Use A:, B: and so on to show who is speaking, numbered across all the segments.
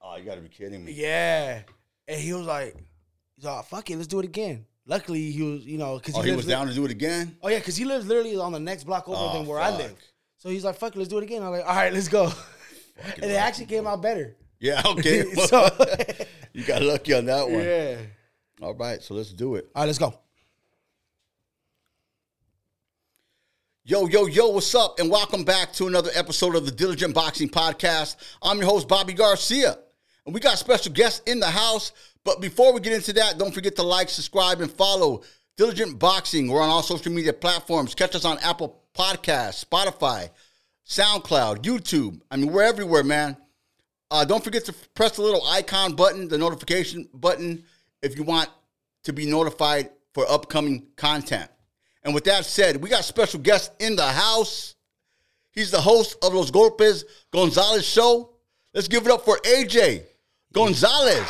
A: Oh, you gotta be kidding me.
B: Yeah. And he was like, he's like, fuck it, let's do it again. Luckily, he was, you know, because
A: Oh, he was down to do it again?
B: Oh yeah, because he lives literally on the next block over
A: Oh,
B: than where I live.
A: fuck.
B: So he's like, "Fuck, it, let's do it again." I'm like, "All right, let's go," and it
A: lucky,
B: actually came out better.
A: Yeah, okay.
B: So-
A: you got lucky on that one.
B: Yeah.
A: All right, so let's do it.
B: All right, let's go.
A: Yo, yo, yo, what's up? And welcome back to another episode of the Diligent Boxing Podcast. I'm your host, Bobby Garcia. And we got special guests in the house. But before we get into that, don't forget to like, subscribe, and follow Diligent Boxing. We're on all social media platforms. Catch us on Apple Podcasts, Spotify, SoundCloud, YouTube. I mean, we're everywhere, man. Uh, don't forget to f- press the little icon button, the notification button, if you want to be notified for upcoming content. And with that said, we got special guests in the house. He's the host of Los Golpes Gonzalez Show. Let's give it up for AJ Gonzalez.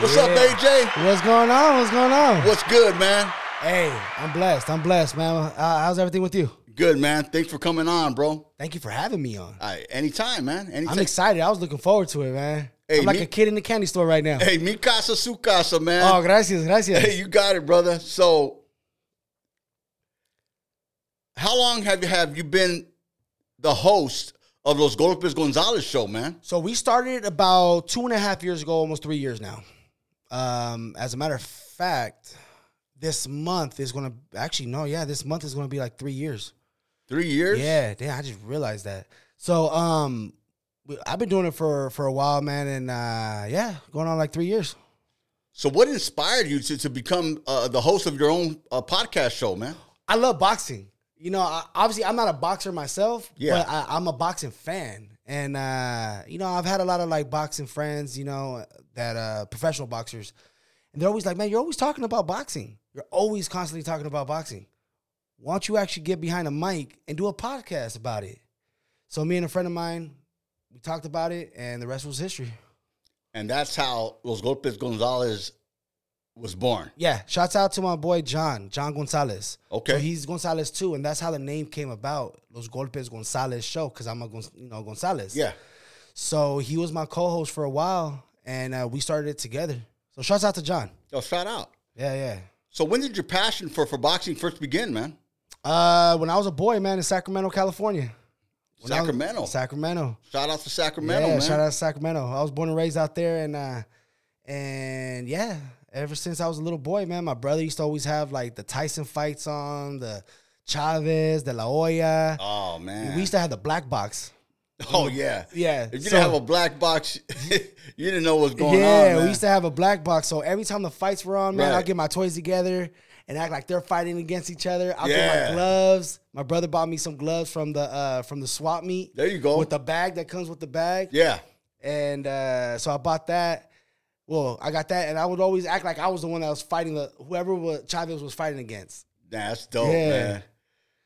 A: What's up,
B: Yeah.
A: AJ?
B: What's going on? What's going on?
A: What's good, man?
B: Hey, I'm blessed. I'm blessed, man. Uh, how's everything with you?
A: Good, man. Thanks for coming on, bro.
B: Thank you for having me on.
A: All right, anytime, man. Anytime.
B: I'm excited. I was looking forward to it, man.
A: Hey,
B: I'm like
A: me-
B: a kid in the candy store right now.
A: hey, mi casa, su casa, man.
B: Oh, gracias, gracias.
A: Hey, you got it, brother. So, how long have you have you been the host of Los Golpes Gonzalez show, man?
B: So we started about two and a half years ago, almost three years now. Um, as a matter of fact, this month is gonna actually no, yeah, this month is gonna be like three years.
A: Three years.
B: Yeah, damn, I just realized that. So um, we- I've been doing it for for a while, man, and uh, yeah, going on like three years.
A: So, what inspired you to to become uh, the host of your own uh, podcast show, man?
B: I love boxing. You know, I, obviously I'm not a boxer myself,
A: Yeah.
B: but I, I'm a boxing fan. And uh, you know, I've had a lot of like boxing friends, you know, that uh professional boxers. And they're always like, Man, you're always talking about boxing. You're always constantly talking about boxing. Why don't you actually get behind a mic and do a podcast about it? So me and a friend of mine, we talked about it and the rest was history.
A: And that's how Los Golpes Gonzalez was born.
B: Yeah, shouts out to my boy John, John Gonzalez.
A: Okay.
B: So he's Gonzalez too, and that's how the name came about, Los Golpes Gonzalez Show, because I'm a Gon- you know Gonzalez.
A: Yeah.
B: So he was my co-host for a while, and uh, we started it together. So shouts out to John.
A: Yo, shout out.
B: Yeah, yeah.
A: So, when did your passion for for boxing first begin, man?
B: Uh, when I was a boy, man, in Sacramento, California. When I was-
A: Sacramento.
B: Sacramento.
A: shout out to Sacramento,
B: yeah,
A: man.
B: shout out to Sacramento. I was born and raised out there, and uh, and yeah, ever since I was a little boy, man, my brother used to always have like the Tyson fights on, the Chavez, the La Hoya.
A: Oh man.
B: we used to have the black box.
A: Oh yeah,
B: Yeah,
A: If you
B: so-
A: didn't have a black box, you didn't know what's going on.
B: yeah,
A: man.
B: we used to have a black box. So every time the fights were on, man,
A: Right.
B: I'll get my toys together and act like they're fighting against each other. I'll get
A: Yeah.
B: my gloves. My brother bought me some gloves from the uh from the swap meet.
A: There you go.
B: With the bag that comes with the bag.
A: Oh. yeah,
B: and uh, so I bought that. Well, I got that, and I would always act like I was the one that was fighting the whoever was, Chavez was fighting against.
A: Nah, that's dope,
B: Yeah.
A: man.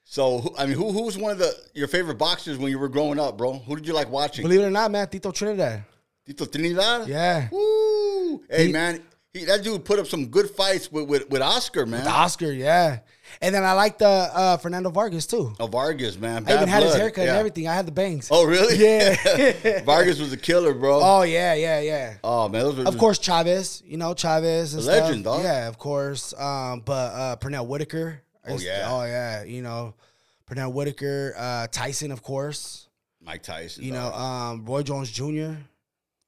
A: So who- I mean, who who was one of the your favorite boxers when you were growing up, bro? Who did you like watching?
B: Believe it or not, man, Tito Trinidad.
A: Tito Trinidad.
B: Yeah,
A: Woo! Hey man, he, that dude put up some good fights with with, with Oscar, man.
B: the Oscar. Yeah, and then I like the uh, Fernando Vargas too.
A: Oh, Vargas, man.
B: I even
A: Bad
B: had his
A: blood.
B: haircut
A: Yeah.
B: and everything. I had the bangs. Oh,
A: Oh really?
B: Yeah.
A: Vargas was a killer, bro. Oh,
B: yeah, yeah, yeah.
A: man, those were
B: Of course, Chavez. You know Chavez, and
A: A Mm. legend,
B: stuff.
A: dog.
B: Yeah, of course. Um, but uh, Pernell Whitaker.
A: Oh, yeah.
B: oh yeah. You know, Pernell Whitaker, uh, Tyson, of course.
A: Mike Tyson.
B: You know,
A: dog.
B: um, Roy Jones Jr.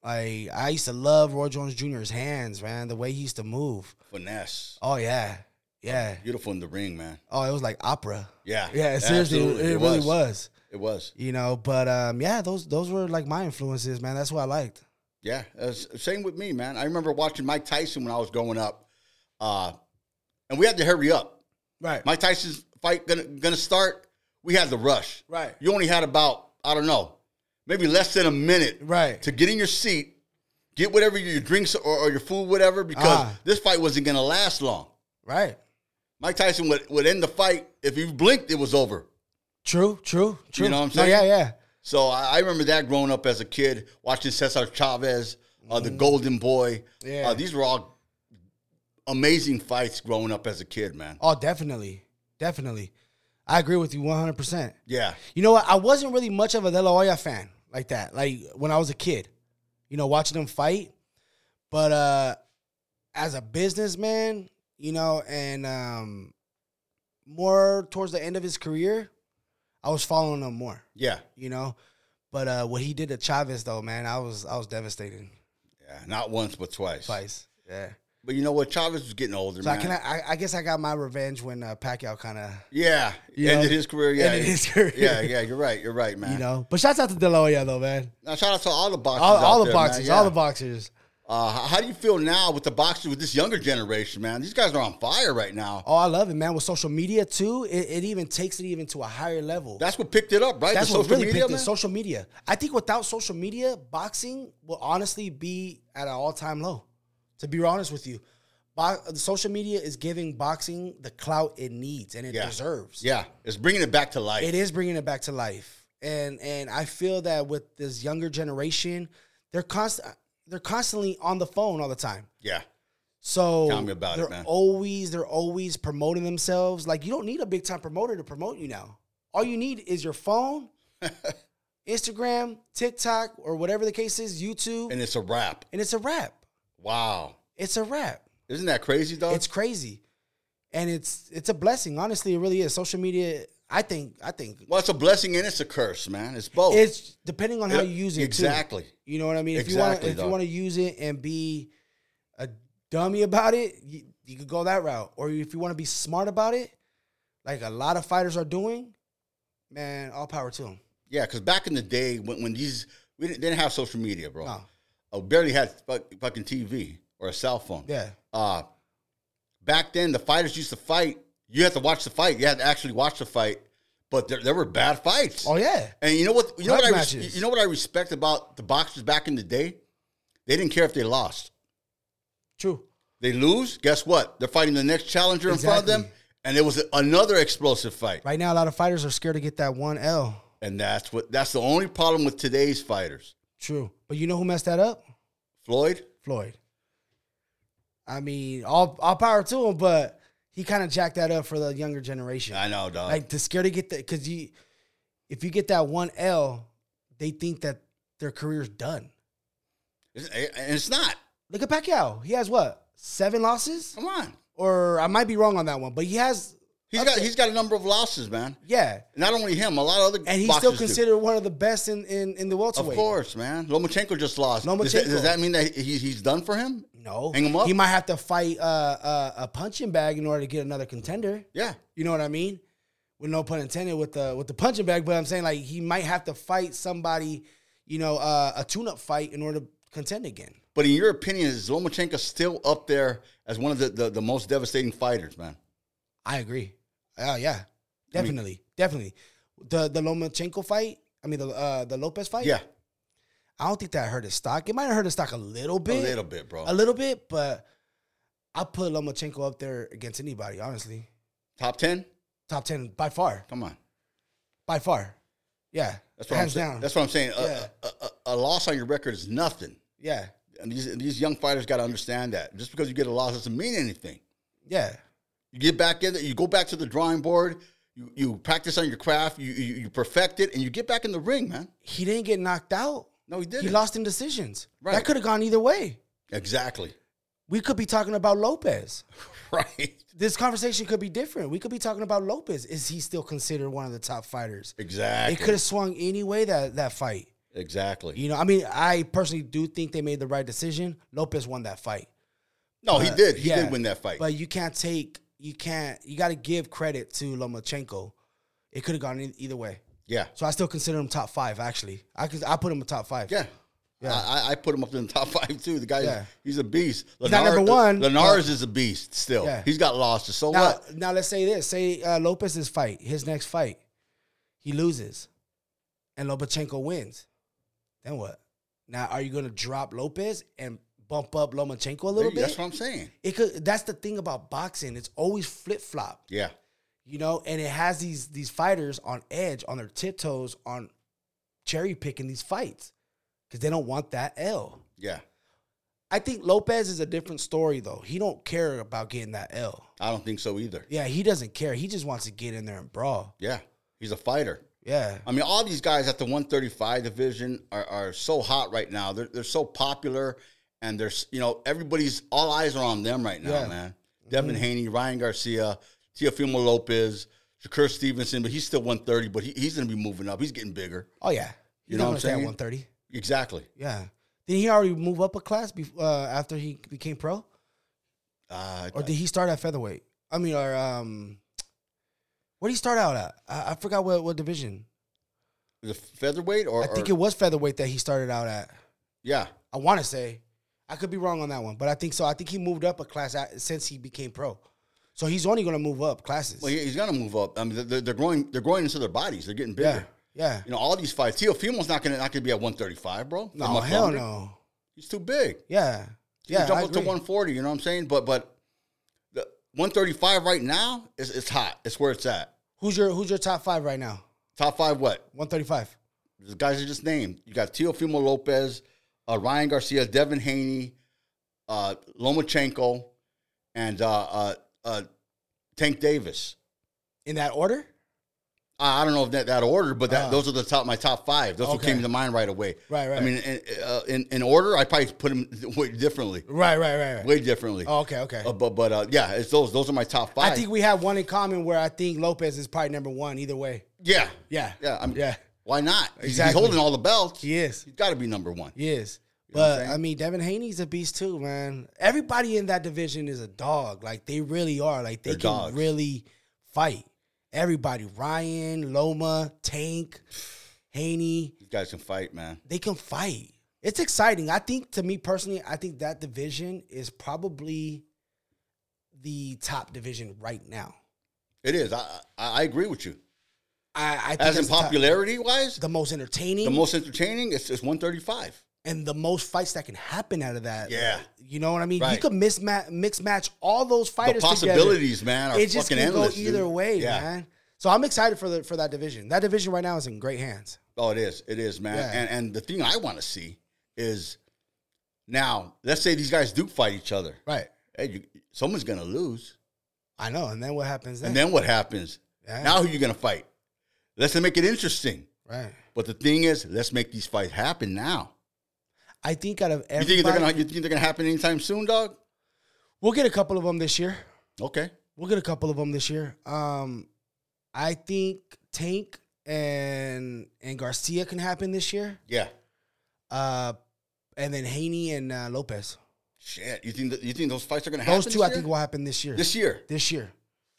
B: Like I used to love Roy Jones Jr.'s hands, man. The way he used to move.
A: finesse,
B: Oh yeah, yeah.
A: beautiful in the ring, man.
B: Oh, it was like opera.
A: Yeah,
B: Yeah, seriously, it,
A: absolutely.
B: it really was.
A: It was.
B: You know, but um, yeah, those those were like my influences, man. That's what I liked.
A: Yeah, uh, s- same with me, man. I remember watching Mike Tyson when I was growing up, uh, and we had to hurry up.
B: Right.
A: Mike Tyson's fight gonna gonna start. We had the rush.
B: Right.
A: You only had about I don't know, maybe less than a minute
B: Right.
A: to get in your seat, get whatever your drinks or, or your food, whatever, because
B: Ah.
A: this fight wasn't gonna last long.
B: Right.
A: Mike Tyson would, would end the fight if you blinked, it was over.
B: True. True. True.
A: know what I'm
B: No,
A: saying?
B: yeah. Yeah.
A: So I, I remember that growing up as a kid, watching Cesar Chavez, uh, the Golden Boy.
B: Yeah.
A: Uh, these were all amazing fights growing up as a kid, man.
B: Oh, definitely. Definitely. I agree with you 100. percent
A: Yeah,
B: You know what? I wasn't really much of a De La Hoya fan like that. Like when I was a kid, you know, watching them fight. But uh as a businessman, you know, and um more towards the end of his career, I was following him more,
A: Yeah.
B: you know. But uh what he did to Chavez though, man, I was I was devastated
A: Yeah. Not once, but twice.
B: twice. Yeah.
A: But you know what? Chavez was getting older,
B: So I
A: man.
B: can I, I guess I got my revenge when uh, Pacquiao kind of
A: yeah.
B: You
A: ended
B: know,
A: his career. Yeah.
B: ended his career.
A: yeah. Yeah. You're right. You're right, man.
B: you know. But shouts out to Deloya though, man.
A: Now, shout out to all the boxers.
B: All,
A: out
B: all the
A: there, man.
B: boxers,
A: Yeah.
B: all the boxers.
A: Uh, how- how do you feel now with the boxers with this younger generation, man? These guys are on fire right now.
B: Oh, I love it, man. With social media too, it, it even takes it even to a higher level.
A: That's what picked it up, right?
B: That's
A: the
B: what
A: social
B: really
A: media,
B: picked it.
A: man?
B: Social media. I think without social media, boxing will honestly be at an all time low. To be honest with you, Bo- social media is giving boxing the clout it needs and it
A: Yeah.
B: deserves.
A: yeah, it's bringing it back to life.
B: It is bringing it back to life, and and I feel that with this younger generation, they're constant. They're constantly on the phone all the time.
A: yeah,
B: So
A: Tell me about it,
B: they're
A: man.
B: always they're always promoting themselves. Like you don't need a big time promoter to promote you now. All you need is your phone, Instagram, TikTok, or whatever the case is, YouTube, and,
A: and it's a wrap.
B: it's a wrap.
A: Wow,
B: It's a wrap.
A: isn't that crazy, dog?
B: It's crazy, and it's it's a blessing. Honestly, it really is. Social media, I think, I think
A: well, it's a blessing and it's a curse, man. It's both.
B: it's depending on how
A: It-
B: you use it. too.
A: Oh. exactly.
B: You know what I mean? If
A: Exactly,
B: you want to, if
A: dog.
B: you want to use it and be a dummy about it, you, you could go that route. Or if you want to be smart about it, like a lot of fighters are doing, man, all power to them.
A: Yeah, because back in the day when, when these we didn't, they didn't have social media, bro.
B: No.
A: I barely had fuck, fucking TV or a cell phone.
B: Yeah.
A: Uh, back then, the fighters used to fight. You had to watch the fight. You had to actually watch the fight. But there, there were bad fights.
B: Oh yeah.
A: And you know what? You know what,
B: Grudge
A: I res-
B: matches.
A: you know what I respect about the boxers back in the day? They didn't care if they lost.
B: True.
A: They lose, guess what? They're fighting the next challenger in front of them,
B: Exactly.
A: and it was another explosive fight.
B: Right now, a lot of fighters are scared to get that one L.
A: And that's what that's the only problem with today's fighters.
B: True. But you know who messed that up?
A: Floyd,
B: Floyd. I mean, all all power to him, but he kind of jacked that up for the younger generation.
A: I know, dog.
B: like to scared to get that because you if you get that one L, they think that their career's done.
A: It's- and it's not.
B: Look at Pacquiao. He has what seven losses,
A: Come on,
B: or I might be wrong on that one, but he has
A: he's got he's got a number of losses, man.
B: yeah,
A: Not only him, a lot of other
B: and he's
A: boxers
B: still
A: do.
B: considered one of the best in in, in the welterweight.
A: Of course, man. Lomachenko just lost. Does that,
B: Lomachenko.
A: does that mean that he, he's done for him?
B: No,
A: Hang him up.
B: He might have to fight uh, uh, a punching bag in order to get another contender.
A: Yeah,
B: You know what I mean? With no pun intended, with the with the punching bag, but I'm saying like he might have to fight somebody, you know, uh, a tune-up fight in order to contend again.
A: But in your opinion, is Lomachenko still up there as one of the, the, the most devastating fighters, man?
B: I agree. Oh yeah, definitely, definitely. The the Lomachenko fight. I mean the uh, the Lopez fight.
A: Yeah,
B: I don't think that hurt his stock. It might have hurt his stock a little
A: a
B: bit,
A: little bit, bro.
B: a little bit, but I put Lomachenko up there against anybody. Honestly,
A: Top ten?
B: top ten by far,
A: Come on,
B: by far. Yeah,
A: that's what I'm
B: hands
A: saying.
B: down.
A: That's what I'm saying. A-
B: Yeah.
A: A, a, a loss on your record is nothing,
B: yeah,
A: and these these young fighters got to understand that. Just because you get a loss doesn't mean anything.
B: yeah,
A: You get back in, there, you go back to the drawing board. You, you practice on your craft, you, you you perfect it, and you get back in the ring, man.
B: he didn't get knocked out.
A: No, he didn't.
B: He lost in decisions.
A: Right.
B: That could have gone either way.
A: exactly.
B: We could be talking about Lopez.
A: Right.
B: This conversation could be different. We could be talking about Lopez. Is he still considered one of the top fighters?
A: Exactly.
B: It could have swung any way that that fight.
A: exactly.
B: You know, I mean, I personally do think they made the right decision. Lopez won that fight.
A: no, he did. He
B: yeah,
A: did win that fight.
B: But you can't take you can't you got to give credit to Lomachenko. It could have gone e- either way.
A: yeah.
B: So I still consider him top 5 actually. I could I put him in top 5.
A: Yeah. I, I put him up in the top five too. The guy,
B: Yeah.
A: he's a beast. Lenars,
B: not number one,
A: Lenars is a beast still.
B: Yeah.
A: He's got lost. So
B: Now
A: what?
B: now let's say this. Say uh, Lopez's fight, his next fight. He loses and Lomachenko wins. Then what? Now are you going to drop Lopez and bump up Lomachenko a little bit?
A: That's what I'm saying.
B: it could that's the thing about boxing it's always flip-flop
A: Yeah.
B: you know and it has these these fighters on edge on their tiptoes on cherry picking these fights because they don't want that l
A: Yeah.
B: i think lopez is a different story though he don't care about getting that l
A: I don't think so either.
B: yeah he doesn't care he just wants to get in there and brawl
A: Yeah. He's a fighter.
B: Yeah.
A: I mean, all these guys at the 135 division are, are so hot right now. They're, they're so popular, and there's you know everybody's all eyes are on them right now,
B: Yeah. Mm-hmm.
A: man. Devin Haney, Ryan Garcia, Teofimo Lopez, Shakur Stevenson, but he's still 130, but he, he's going to be moving up. He's getting bigger.
B: Oh yeah.
A: You know what I'm saying?
B: One thirty.
A: Exactly.
B: Yeah. Did he already move up a class bef- uh, after he became pro,
A: Uh,
B: or did he start at featherweight? I mean, or um, where did he start out at? I, I forgot what, what division.
A: the featherweight or,
B: I think
A: or-
B: it was featherweight that he started out at.
A: yeah.
B: I want to say, I could be wrong on that one, but I think so. I think he moved up a class at, since he became pro, so he's only going to move up classes.
A: Well, he- he's going to move up. I mean, they're- they're, they're growing. They're growing into their bodies. They're getting bigger.
B: yeah, yeah.
A: You know, all these fights. Teofimo's not going to not going to be at 135, bro.
B: No,
A: Much
B: hell
A: longer.
B: no.
A: He's too big.
B: Yeah,
A: You
B: yeah.
A: jump
B: I
A: up to
B: agree.
A: 140. You know what I'm saying? But but the 135 right now is it's hot. It's where it's at.
B: Who's your Who's your top five right now?
A: Top five. What
B: One thirty five.
A: the guys I just named? You got Teofimo Lopez, uh, Ryan Garcia, Devin Haney, uh, Lomachenko, and uh, uh, uh, Tank Davis.
B: In that order?
A: I I don't know if that, that order, but that,
B: Ah.
A: those are the top my top five. Those who
B: Okay.
A: came to mind right away.
B: Right,
A: I
B: right.
A: mean, in, uh, in in order, I probably put them way differently,
B: Right, right, right, right.
A: way differently.
B: Oh, okay, okay.
A: Uh, but but uh, yeah, it's those. Those are my top five.
B: I think we have one in common where I think Lopez is probably number one either way.
A: yeah,
B: Yeah.
A: yeah. I mean,
B: Yeah.
A: Why not? He's- He's
B: Exactly.
A: holding all the belts.
B: He is.
A: He's got to be number one.
B: He is.
A: know what I'm
B: But
A: saying?
B: I mean, Devin Haney's a beast too, man. Everybody in that division is a dog. Like they really are. Like they
A: They're
B: can
A: dogs.
B: really fight. Everybody, Ryan, Loma, Tank, Haney,
A: These guys can fight, man.
B: they can fight. It's exciting. I think to me personally, I think that division is probably the top division right now.
A: It is. I I, I agree with you.
B: I, I think
A: As in
B: that's the top-
A: popularity wise,
B: the most entertaining
A: the most entertaining is is one thirty five.
B: and the most fights that can happen out of that.
A: Yeah.
B: You know what I mean?
A: Right.
B: You could mismatch, mix match all those
A: The
B: fighters.
A: possibilities, man, are
B: together. It just
A: fucking
B: can
A: endless.
B: go either
A: dude.
B: way,
A: Yeah.
B: man. So I'm excited for the for that division. That division right now is in great hands.
A: Oh, it is. It is, man.
B: Yeah.
A: And and the thing I want to see is now, let's say these guys do fight each other.
B: Right.
A: Hey, you, someone's gonna lose,
B: I know. And then what happens then?
A: and then what happens?
B: Yeah.
A: Now, who you gonna fight? Let's make it interesting.
B: right.
A: But the thing is, let's make these fights happen now.
B: I think out of
A: You
B: everybody,
A: think they're gonna? You think they're gonna happen anytime soon, dog?
B: we'll get a couple of them this year.
A: Okay.
B: We'll get a couple of them this year. Um, I think Tank and and Garcia can happen this year.
A: Yeah.
B: Uh, and then Haney and uh, Lopez.
A: Shit. You think that, you think those fights are gonna happen?
B: Those two,
A: this
B: I think,
A: year?
B: will happen this year.
A: this year.
B: This year.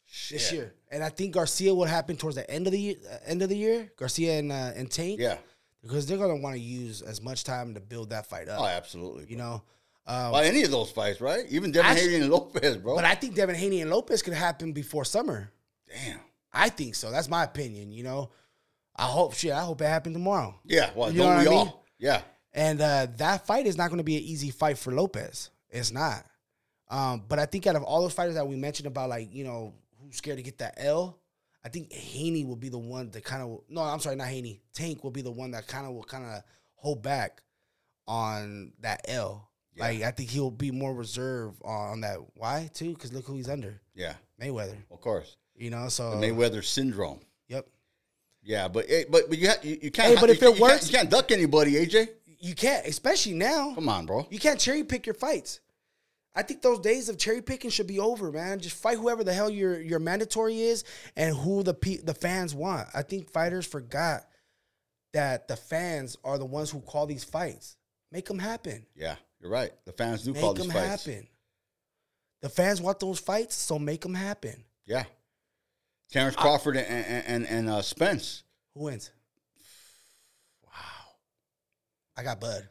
A: Shit.
B: This year. And I think Garcia will happen towards the end of the uh, end of the year. Garcia and uh, and Tank.
A: Yeah.
B: Because they're gonna want to use as much time to build that fight up.
A: Oh, absolutely.
B: You know. Um,
A: Well, any of those fights, right? Even Devin
B: Actually-
A: Haney and Lopez, bro.
B: but I think Devin Haney and Lopez could happen before summer.
A: Damn.
B: I think so. That's my opinion. You know. I hope shit. I hope it happened tomorrow.
A: Yeah. Well,
B: You know
A: don't
B: what
A: we
B: I mean?
A: all? Yeah.
B: And uh, that fight is not going to be an easy fight for Lopez. It's not. Um, but I think out of all those fighters that we mentioned about, like you know, who's scared to get that L, I think Haney will be the one that kind of. No, I'm sorry, not Haney. Tank will be the one that kind of will kind of hold back on that L.
A: Yeah.
B: Like I think he'll be more reserved on, on that. Why too? Because look who he's under,
A: Yeah.
B: Mayweather.
A: Of course.
B: You know, so
A: The Mayweather syndrome.
B: yep.
A: Yeah, but eh, but but you ha- you, you can't.
B: Hey, but
A: you
B: if
A: can't-
B: it
A: you can't-
B: works-
A: you can't duck anybody, AJ.
B: You can't, especially now.
A: Come on, bro.
B: You can't cherry pick your fights. I think those days of cherry picking should be over, man. Just fight whoever the hell your your mandatory is and who the pe- the fans want. I think fighters forgot that the fans are the ones who call these fights. Make them happen.
A: Yeah, you're right. The fans do call
B: Make
A: these
B: them
A: fights.
B: happen. The fans want those fights, so make them happen.
A: Yeah, Terrence Crawford and and and, and uh, Spence.
B: Who wins?
A: Wow,
B: I got Bud.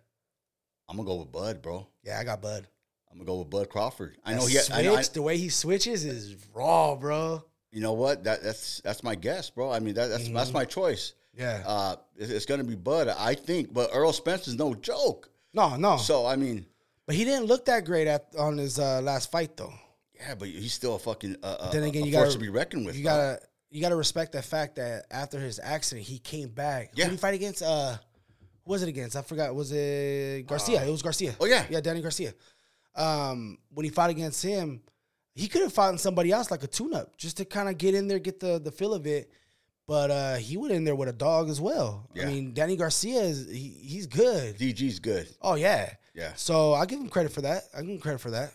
A: I'm gonna go with Bud, bro.
B: Yeah, I got Bud.
A: I'm gonna go with Bud Crawford. I
B: That
A: know he. I know, I-
B: switch, the way he switches is raw, bro.
A: you know what? That that's that's my guess, bro. I mean, that, that's that's my choice.
B: Mm-hmm. Yeah.
A: Uh, it's, it's gonna be Bud, I think. But Earl Spence is no joke.
B: No, no.
A: So I mean,
B: but he didn't look that great at, on his uh, last fight though.
A: yeah, but he's still a fucking. Uh, uh,
B: Then
A: a-
B: again,
A: a
B: you
A: force
B: gotta-
A: to be reckoned with.
B: You
A: though.
B: gotta you gotta respect the fact that after his accident, he came back.
A: Yeah.
B: Who did he fight against? Uh, who was it against? I forgot. Was it Garcia? it was Garcia.
A: oh, yeah.
B: yeah, Danny Garcia. Um, when he fought against him, he could have fought somebody else like a tune-up just to kind of get in there, get the the feel of it. But uh, he went in there with a dog as well.
A: Yeah.
B: I mean, Danny Garcia is he, he's good.
A: DG's good.
B: Oh yeah.
A: Yeah.
B: So I give him credit for that. I give him credit for that.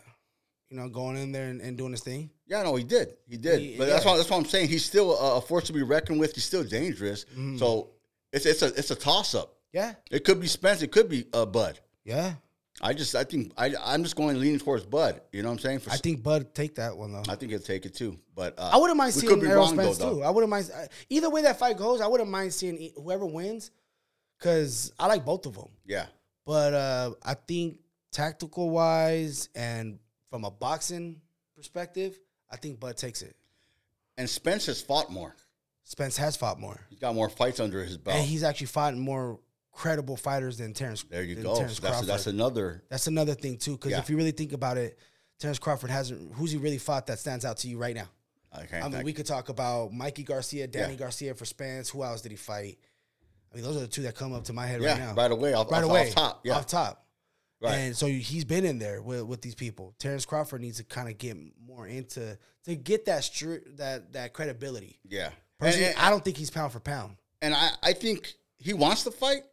B: You know, going in there and, and doing his thing.
A: Yeah, no, he did. He did.
B: He-
A: but that's
B: yeah.
A: why that's why I'm saying he's still a, a force to be reckoned with. He's still dangerous.
B: Mm-hmm.
A: So it's it's a it's a toss up.
B: Yeah.
A: It could be Spence. It could be uh, Bud.
B: Yeah.
A: I just I think I I'm just going leaning towards Bud. You know what I'm saying? For,
B: I think Bud take that one though.
A: I think he'll take it too. But uh,
B: I wouldn't mind
A: we
B: seeing
A: could be
B: Errol
A: wrong, though,
B: Spence
A: though.
B: too. I wouldn't mind I- either way that fight goes. I wouldn't mind seeing e- whoever wins because I like both of them.
A: yeah,
B: But uh, I think tactical wise and from a boxing perspective, I think Bud takes it.
A: and Spence has fought more.
B: Spence has fought more,
A: He's got more fights under his belt.
B: and he's actually fought more credible fighters than Terrence.
A: there you
B: than
A: go.
B: Terrence
A: So that's
B: Crawford.
A: that's another.
B: That's another thing too, because
A: Yeah.
B: if you really think about it, Terrence Crawford hasn't. Who's he really fought that stands out to you right now?
A: I can't.
B: I mean,
A: think.
B: we could talk about Mikey Garcia, Danny
A: Yeah.
B: Garcia for Spence. Who else did he fight? I mean, those are the two that come up to my head
A: yeah,
B: right
A: right,
B: now.
A: away. Off,
B: Right
A: off,
B: away,
A: Off top. Yeah.
B: off top.
A: Right.
B: And so he's been in there with, with these people. Terrence Crawford needs to kind of get more into to get that str- that that credibility.
A: yeah. And,
B: Personally,
A: and-
B: I don't think he's pound for pound.
A: and I I think he wants to fight.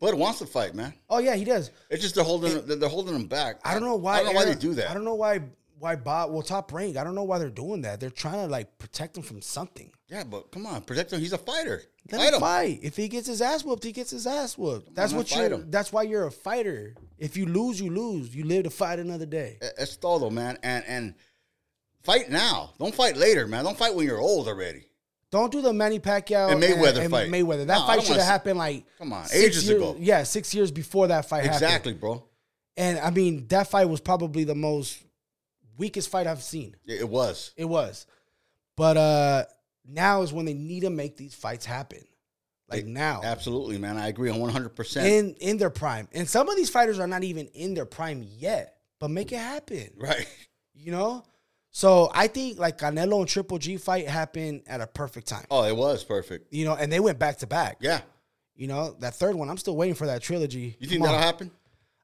A: Bud wants to fight, man.
B: Oh yeah, he does.
A: It's just they're holding they're- they're holding them back.
B: I don't know why.
A: I don't know why they
B: Aaron-
A: do that.
B: I don't know why why Bob. Well, top rank. I don't know why they're doing that. They're trying to like protect him from something.
A: yeah, but come on, protect him. He's a fighter.
B: Let
A: Fight
B: him
A: him.
B: fight. If he gets his ass whooped, he gets his ass whooped. That's
A: on,
B: what
A: fight
B: you're.
A: him.
B: That's why you're a fighter. If you lose, you lose. You live to fight another day.
A: E- It's Todo, man, and and fight now. Don't fight later, man. Don't fight when you're old already.
B: Don't do the Manny Pacquiao
A: And Mayweather fight.
B: Mayweather.
A: No, I
B: That
A: don't
B: fight
A: wanna
B: should have
A: see-
B: happened like
A: Come on,
B: six
A: ages
B: year-
A: ago.
B: Yeah, six years before that fight happened.
A: Exactly, bro.
B: And I mean, that fight was probably the most weakest fight I've seen.
A: Yeah, It was.
B: It was. But uh now is when they need to make these fights happen. Like
A: They-
B: now.
A: Absolutely, man. I agree on 100%.
B: In in their prime. And some of these fighters are not even in their prime yet. But make it happen.
A: right.
B: You know? So I think like Canelo and Triple G fight happened at a perfect time.
A: Oh, it was perfect.
B: You know, and they went back to back.
A: Yeah.
B: You know, that third one, I'm still waiting for that trilogy.
A: You think
B: Come on.
A: that'll happen?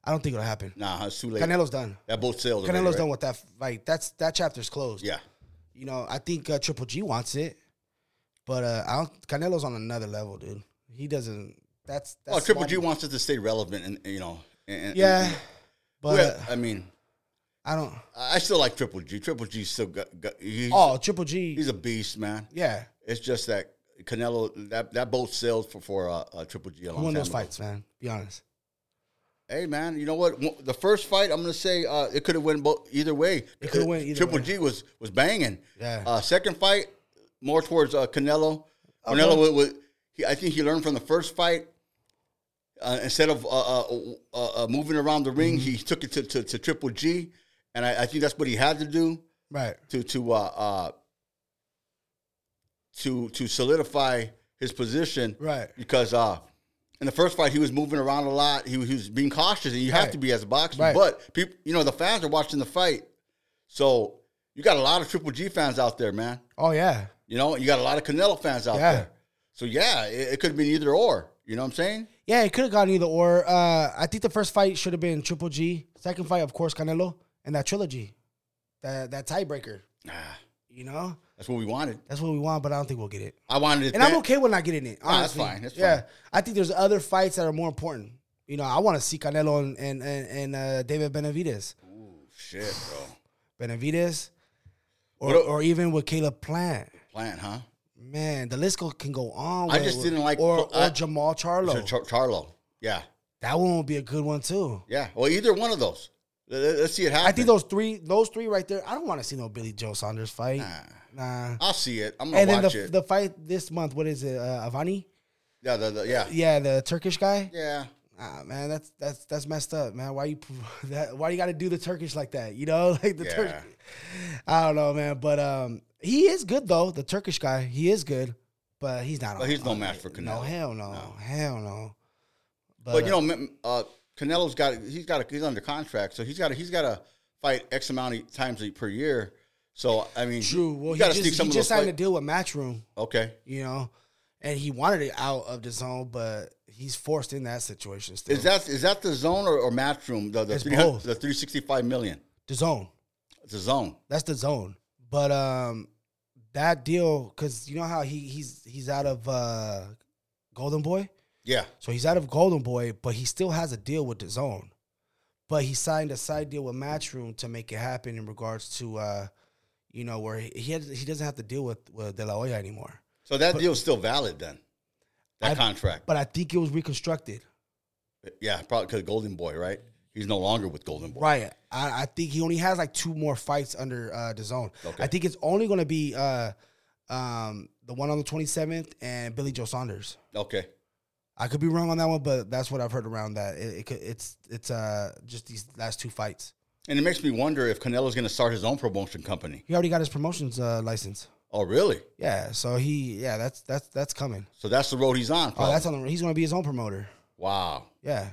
B: I don't think it'll happen.
A: Nah, it's too late.
B: Canelo's done.
A: that boat sailed. already,
B: Canelo's
A: right?
B: done with that fight. That's that chapter's closed.
A: Yeah.
B: You know, I think uh, Triple G wants it, but uh, I don't, Canelo's on another level, dude. He doesn't. That's, that's
A: Oh, Triple G
B: swatting.
A: wants us to stay relevant, and you know, and, and-
B: Yeah,
A: and-
B: but uh,
A: Well, I mean,
B: I don't.
A: I still like Triple G. Triple G still got. got he's,
B: Oh, Triple G.
A: he's a beast, man.
B: Yeah,
A: It's just that Canelo that that boat sailed for for uh, uh, Triple G. A long
B: he won
A: time
B: those
A: ago.
B: fights, man. Be honest.
A: Hey man, you know what? One- The first fight, I'm gonna say uh, it could have went both either way.
B: It could've went either
A: Triple
B: way.
A: G was was banging.
B: Yeah.
A: Uh, second fight, more towards uh, Canelo. Canelo was, was he, I think he learned from the first fight. Uh, instead of uh, uh, uh, uh, moving around the ring,
B: Mm-hmm.
A: he took it to, to, to Triple G, and I, I think that's what he had to do
B: Right.
A: to to uh, uh, to to solidify his position
B: Right.
A: because uh in the first fight he was moving around a lot he, was- he was being cautious and you have
B: Right.
A: to be as a boxer
B: Right.
A: but people you know the fans are watching the fight so you got a lot of triple g fans out there man
B: Oh yeah.
A: you know you got a lot of canelo fans out
B: Yeah.
A: there so yeah it, it could have been either or you know what i'm saying
B: Yeah, it could have gone either or. Uh, I think the first fight should have been Triple G. Second fight, of course, Canelo, and that trilogy, that that tiebreaker.
A: Ah,
B: You know,
A: that's what we wanted
B: that's what we want, but I don't think we'll get it.
A: i wanted to
B: And I'm
A: thank-
B: okay with not getting it.
A: that's
B: Honestly.
A: fine, that's
B: yeah,
A: fine.
B: I think there's other fights that are more important. You know, I want to see Canelo and and and, and uh, David Benavides,
A: Ooh, shit bro
B: Benavides, or
A: What a-
B: or even with Caleb Plant.
A: plant huh
B: Man, the list go, can go on.
A: I
B: with-
A: just didn't like-
B: or or
A: I-
B: Jamal
A: Char-
B: Charlo.
A: Char- charlo yeah
B: that one would be a good one too.
A: yeah well either one of those Let- let- let's see it happen
B: I think those three, those three right there. I don't want to see no Billy Joe Saunders fight. Nah.
A: i'll see it i'm gonna
B: And then
A: watch
B: the,
A: it
B: the fight this month. What is it? Uh, Avani?
A: yeah, the, the, yeah
B: Yeah, the Turkish guy.
A: yeah
B: Ah man, that's that's that's messed up, man. Why you that? Why you got to do the Turkish like that? You know, like the
A: Yeah.
B: Turkish. I don't know, man. But um, he is good though. The Turkish guy, he is good, but he's not.
A: But
B: on-
A: he's no
B: on
A: match
B: it.
A: for
B: No,
A: Canelo.
B: hell no,
A: No.
B: hell no. But,
A: But you
B: uh,
A: know, m- uh, Canelo's got he's got a, he's under contract, so he's got to, he's got to fight X amount of times per year. So I mean,
B: true. Well,
A: you
B: he
A: got to
B: just,
A: sneak some
B: he
A: of
B: just
A: those.
B: signed
A: fight-
B: a deal with Matchroom,
A: okay,
B: you know, and he wanted it out of the zone, but he's forced in that situation still.
A: is that is that the zone or, or matchroom the the
B: It's
A: 300
B: both.
A: the three sixty five million?
B: the zone?
A: It's a zone.
B: That's the zone. But um, that deal because you know how he he's he's out of uh, Golden Boy,
A: Yeah.
B: so he's out of Golden Boy, but he still has a deal with the Zone, but he signed a side deal with Matchroom to make it happen in regards to uh, you know where he he, had, he doesn't have to deal with, with De La Hoya anymore.
A: So that deal's still valid then. That
B: I-
A: contract.
B: But I think it was reconstructed.
A: yeah, probably because Golden Boy, right? He's no longer with Golden Boy.
B: Right. I, I think he only has like two more fights under uh the zone.
A: Okay.
B: I think it's only gonna be uh um the one on the twenty seventh and Billy Joe Saunders.
A: Okay.
B: I could be wrong on that one, but that's what I've heard around that. It, it could, it's it's uh just these last two fights.
A: And it makes me wonder if Canelo's going to start his own promotion company.
B: He already got his promotions uh license.
A: Oh, really?
B: Yeah, so he yeah, that's that's that's coming.
A: So that's the road he's on.
B: Oh,
A: probably.
B: that's on the he's gonna be his own promoter.
A: wow.
B: Yeah.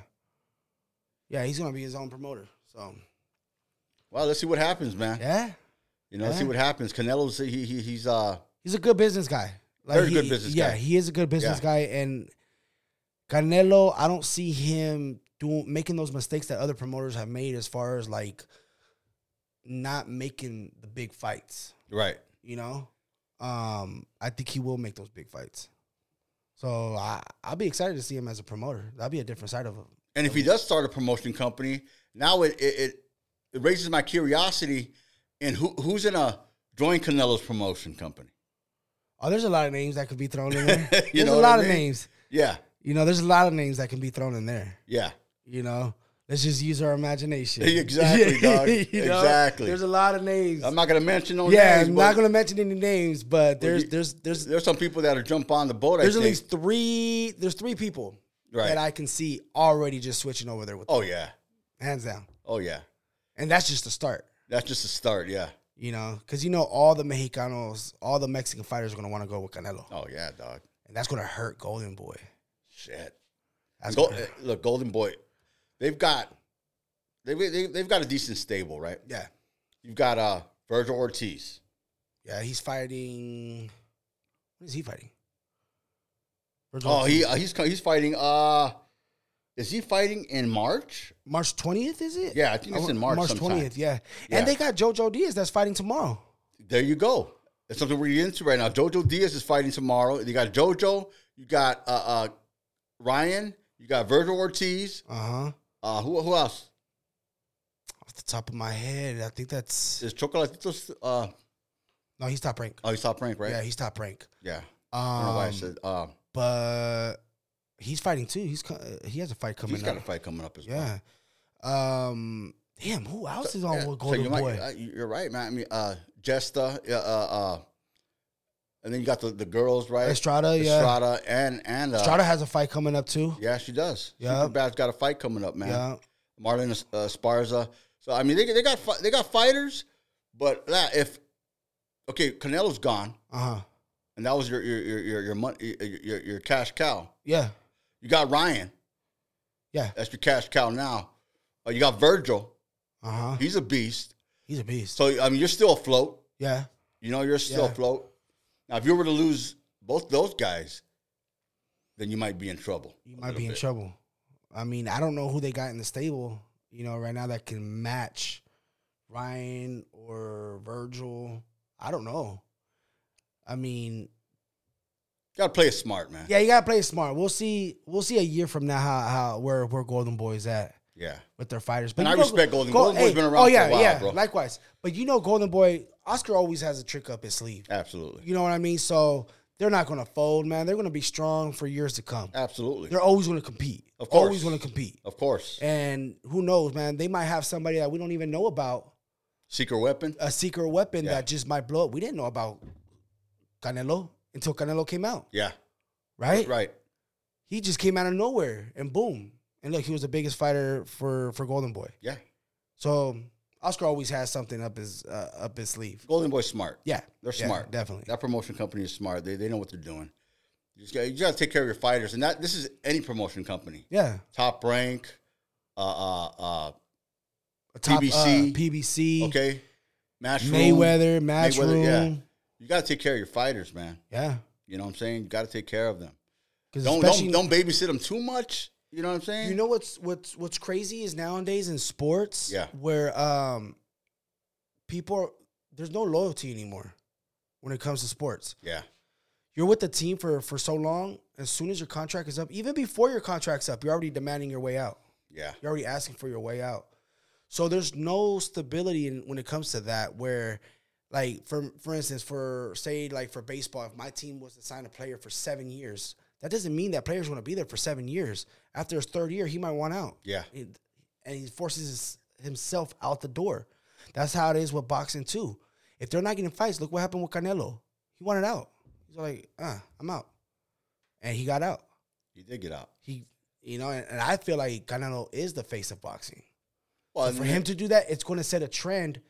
B: Yeah, he's gonna be his own promoter. So
A: Well, let's see what happens, man.
B: yeah.
A: You know, let's see
B: Yeah.
A: what happens. Canelo's he, he he's uh
B: He's a good business guy.
A: Very
B: he-
A: good business
B: yeah,
A: guy.
B: he is a good business guy. And Canelo, I don't see him doing making those mistakes that other promoters have made as far as like not making the big fights.
A: right.
B: You know, um, I think he will make those big fights. So I, I'll be excited to see him as a promoter. That'll be a different side of him.
A: And if he does start a promotion company, now it it, it, it raises my curiosity in who who's in a join Canelo's promotion company.
B: Oh, there's a lot of names that could be thrown in there.
A: You
B: there's
A: know
B: a
A: what I
B: lot of
A: mean?
B: names.
A: Yeah,
B: You know, there's a lot of names that can be thrown in there.
A: yeah.
B: You know, let's just use our imagination.
A: Exactly, dog.
B: You know,
A: Exactly.
B: There's a lot of names.
A: I'm not gonna mention no
B: yeah,
A: names,
B: I'm
A: but
B: not gonna mention any names, but there's
A: you-
B: there's there's
A: there's some people that'll jump on the boat.
B: there's
A: I
B: at
A: think.
B: least three there's three people
A: Right.
B: that I can see already just switching over there with
A: oh yeah,
B: hands down,
A: oh yeah.
B: and that's just the start.
A: That's just a start. Yeah.
B: You know, because you know all the Mexicanos, all the Mexican fighters are gonna want to go with Canelo,
A: Oh yeah, dog.
B: and that's gonna hurt Golden Boy.
A: Shit.
B: That's
A: Go, eh,
B: gonna hurt.
A: look, Golden Boy, they've got they they they've got a decent stable, right?
B: yeah,
A: You've got uh Virgil Ortiz.
B: yeah. He's fighting. What is he fighting? Virgil
A: Oh, he
B: Ortiz.
A: uh, he's co- he's fighting. Uh, is he fighting in March?
B: March twentieth, is it?
A: Yeah, I think it's in March sometime.
B: yeah.
A: Yeah.
B: And they got JoJo Diaz that's fighting tomorrow.
A: There you go. That's something we're into right now. Jojo Diaz is fighting tomorrow. You got Jojo. You got uh, uh Ryan. You got Virgil Ortiz.
B: Uh huh.
A: Uh, who who else
B: Off the top of my head, I think that's
A: is Chocolatitos? Uh,
B: no. He's top rank.
A: oh, he's top rank, right?
B: Yeah,
A: Yeah.
B: he's top rank. Um,
A: I don't know why I said. Uh,
B: but he's fighting too. He's co- he has a fight coming
A: he's got a
B: up.
A: fight coming up as well.
B: Yeah. Um. Damn. Who else is on
A: Yeah,
B: with
A: so
B: Golden
A: you
B: Boy?
A: Might, uh, you're right, man. I mean, uh, Jesta, uh, uh, uh, and then you got the, the girls, right?
B: Estrada. Yeah. Estrada.
A: Estrada and and uh,
B: has a fight coming up too.
A: Yeah, she does.
B: Yeah.
A: Superbad's got a fight coming up, man.
B: Yeah.
A: Marlon Es- uh, Sparza. So I mean, they they got fi- they got fighters, but that if okay, Canelo's gone,
B: Uh huh.
A: and that was your your your your your, mon- your, your, your cash cow.
B: Yeah.
A: You got Ryan.
B: Yeah.
A: That's your cash cow now. Uh, you got Virgil.
B: Uh huh.
A: He's a beast.
B: He's a beast.
A: So I mean, you're still afloat.
B: Yeah.
A: You know, you're still
B: Yeah.
A: afloat. Now, if you were to lose both those guys, then you might be in trouble.
B: you
A: a
B: might
A: little
B: be in
A: bit.
B: trouble. I mean, I don't know who they got in the stable, you know, right now that can match Ryan or Virgil. I don't know. I mean,
A: Gotta play it smart, man.
B: yeah, you gotta play it smart. We'll see. We'll see a year from now how, how where where Golden Boy's at
A: Yeah.
B: with their fighters.
A: And I
B: you know-
A: respect Golden Boy. Golden Boy's been around
B: oh
A: for a
B: yeah,
A: while,
B: yeah.
A: bro.
B: Likewise, but you know, Golden Boy Oscar always has a trick up his sleeve.
A: Absolutely.
B: You know what I mean? So they're not gonna fold, man. They're gonna be strong for years to come.
A: Absolutely.
B: They're always gonna compete.
A: Of course.
B: always gonna compete.
A: Of course.
B: And who knows, man? They might have somebody that we don't even know about,
A: Secret weapon.
B: a secret weapon
A: Yeah.
B: that just might blow up. We didn't know about Canelo until Canelo came out,
A: Yeah.
B: right?
A: Right.
B: He just came out of nowhere and boom. And look, he was the biggest fighter for for Golden Boy.
A: Yeah.
B: So Oscar always has something up his uh, up his sleeve.
A: Golden Boy's smart.
B: Yeah,
A: They're
B: Yeah,
A: smart.
B: definitely.
A: That promotion company is smart. They, they know what they're doing. You just got you gotta take care of your fighters. And that this is any promotion company.
B: Yeah,
A: Top rank, uh uh uh
B: A top,
A: PBC.
B: uh, PBC,
A: okay. Match
B: Mayweather,
A: Mayweather, yeah.
B: Matchroom,
A: You gotta take care of your fighters, man.
B: yeah.
A: You know what I'm saying? You gotta take care of them.
B: Because
A: don't don't don't babysit them too much. You know what I'm saying?
B: You know what's what's what's crazy is nowadays in sports,
A: Yeah.
B: where um, people are, there's no loyalty anymore. when it comes to sports.
A: Yeah.
B: You're with the team for for so long. As soon as your contract is up, even before your contract's up, you're already demanding your way out.
A: Yeah.
B: You're already asking for your way out. So there's no stability in, when it comes to that. Where, like for for instance, for say like for baseball, if my team was to sign a player for seven years, that doesn't mean that players want to be there for seven years. After his third year, he might want out.
A: Yeah.
B: and, and he forces his, himself out the door. That's how it is with boxing too. If they're not getting fights, look what happened with Canelo. He wanted out. He's like, uh, I'm out, and he got out
A: He did get out.
B: he you know and, and i feel like canelo is the face of boxing
A: Well,
B: So for him to do that it's going to set a trend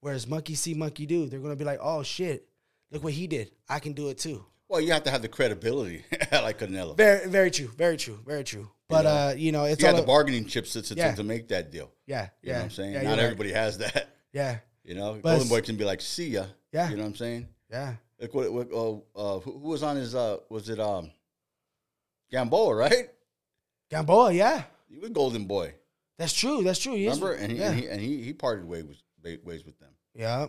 B: whereas monkey see monkey do they're going to be like oh shit look what he did i can do it too
A: well, you have to have the credibility like Canelo.
B: very very true very true very true but uh you know it's
A: You
B: all
A: had the
B: a-
A: bargaining chips to, to,
B: Yeah.
A: to make that deal.
B: yeah
A: You
B: yeah
A: know what I'm saying?
B: yeah,
A: Not
B: you're right.
A: everybody has that.
B: yeah
A: You know,
B: But
A: Golden
B: it's-
A: Boy can be like, "See ya."
B: Yeah.
A: You know what I'm saying?
B: yeah
A: Like what? what uh, uh, who, who was on his? Uh, was it um, Gamboa? Right?
B: gamboa yeah
A: He was Golden Boy.
B: that's true that's true he is-
A: Remember? And he,
B: yeah
A: and he and he, he parted ways with, ways with them.
B: yeah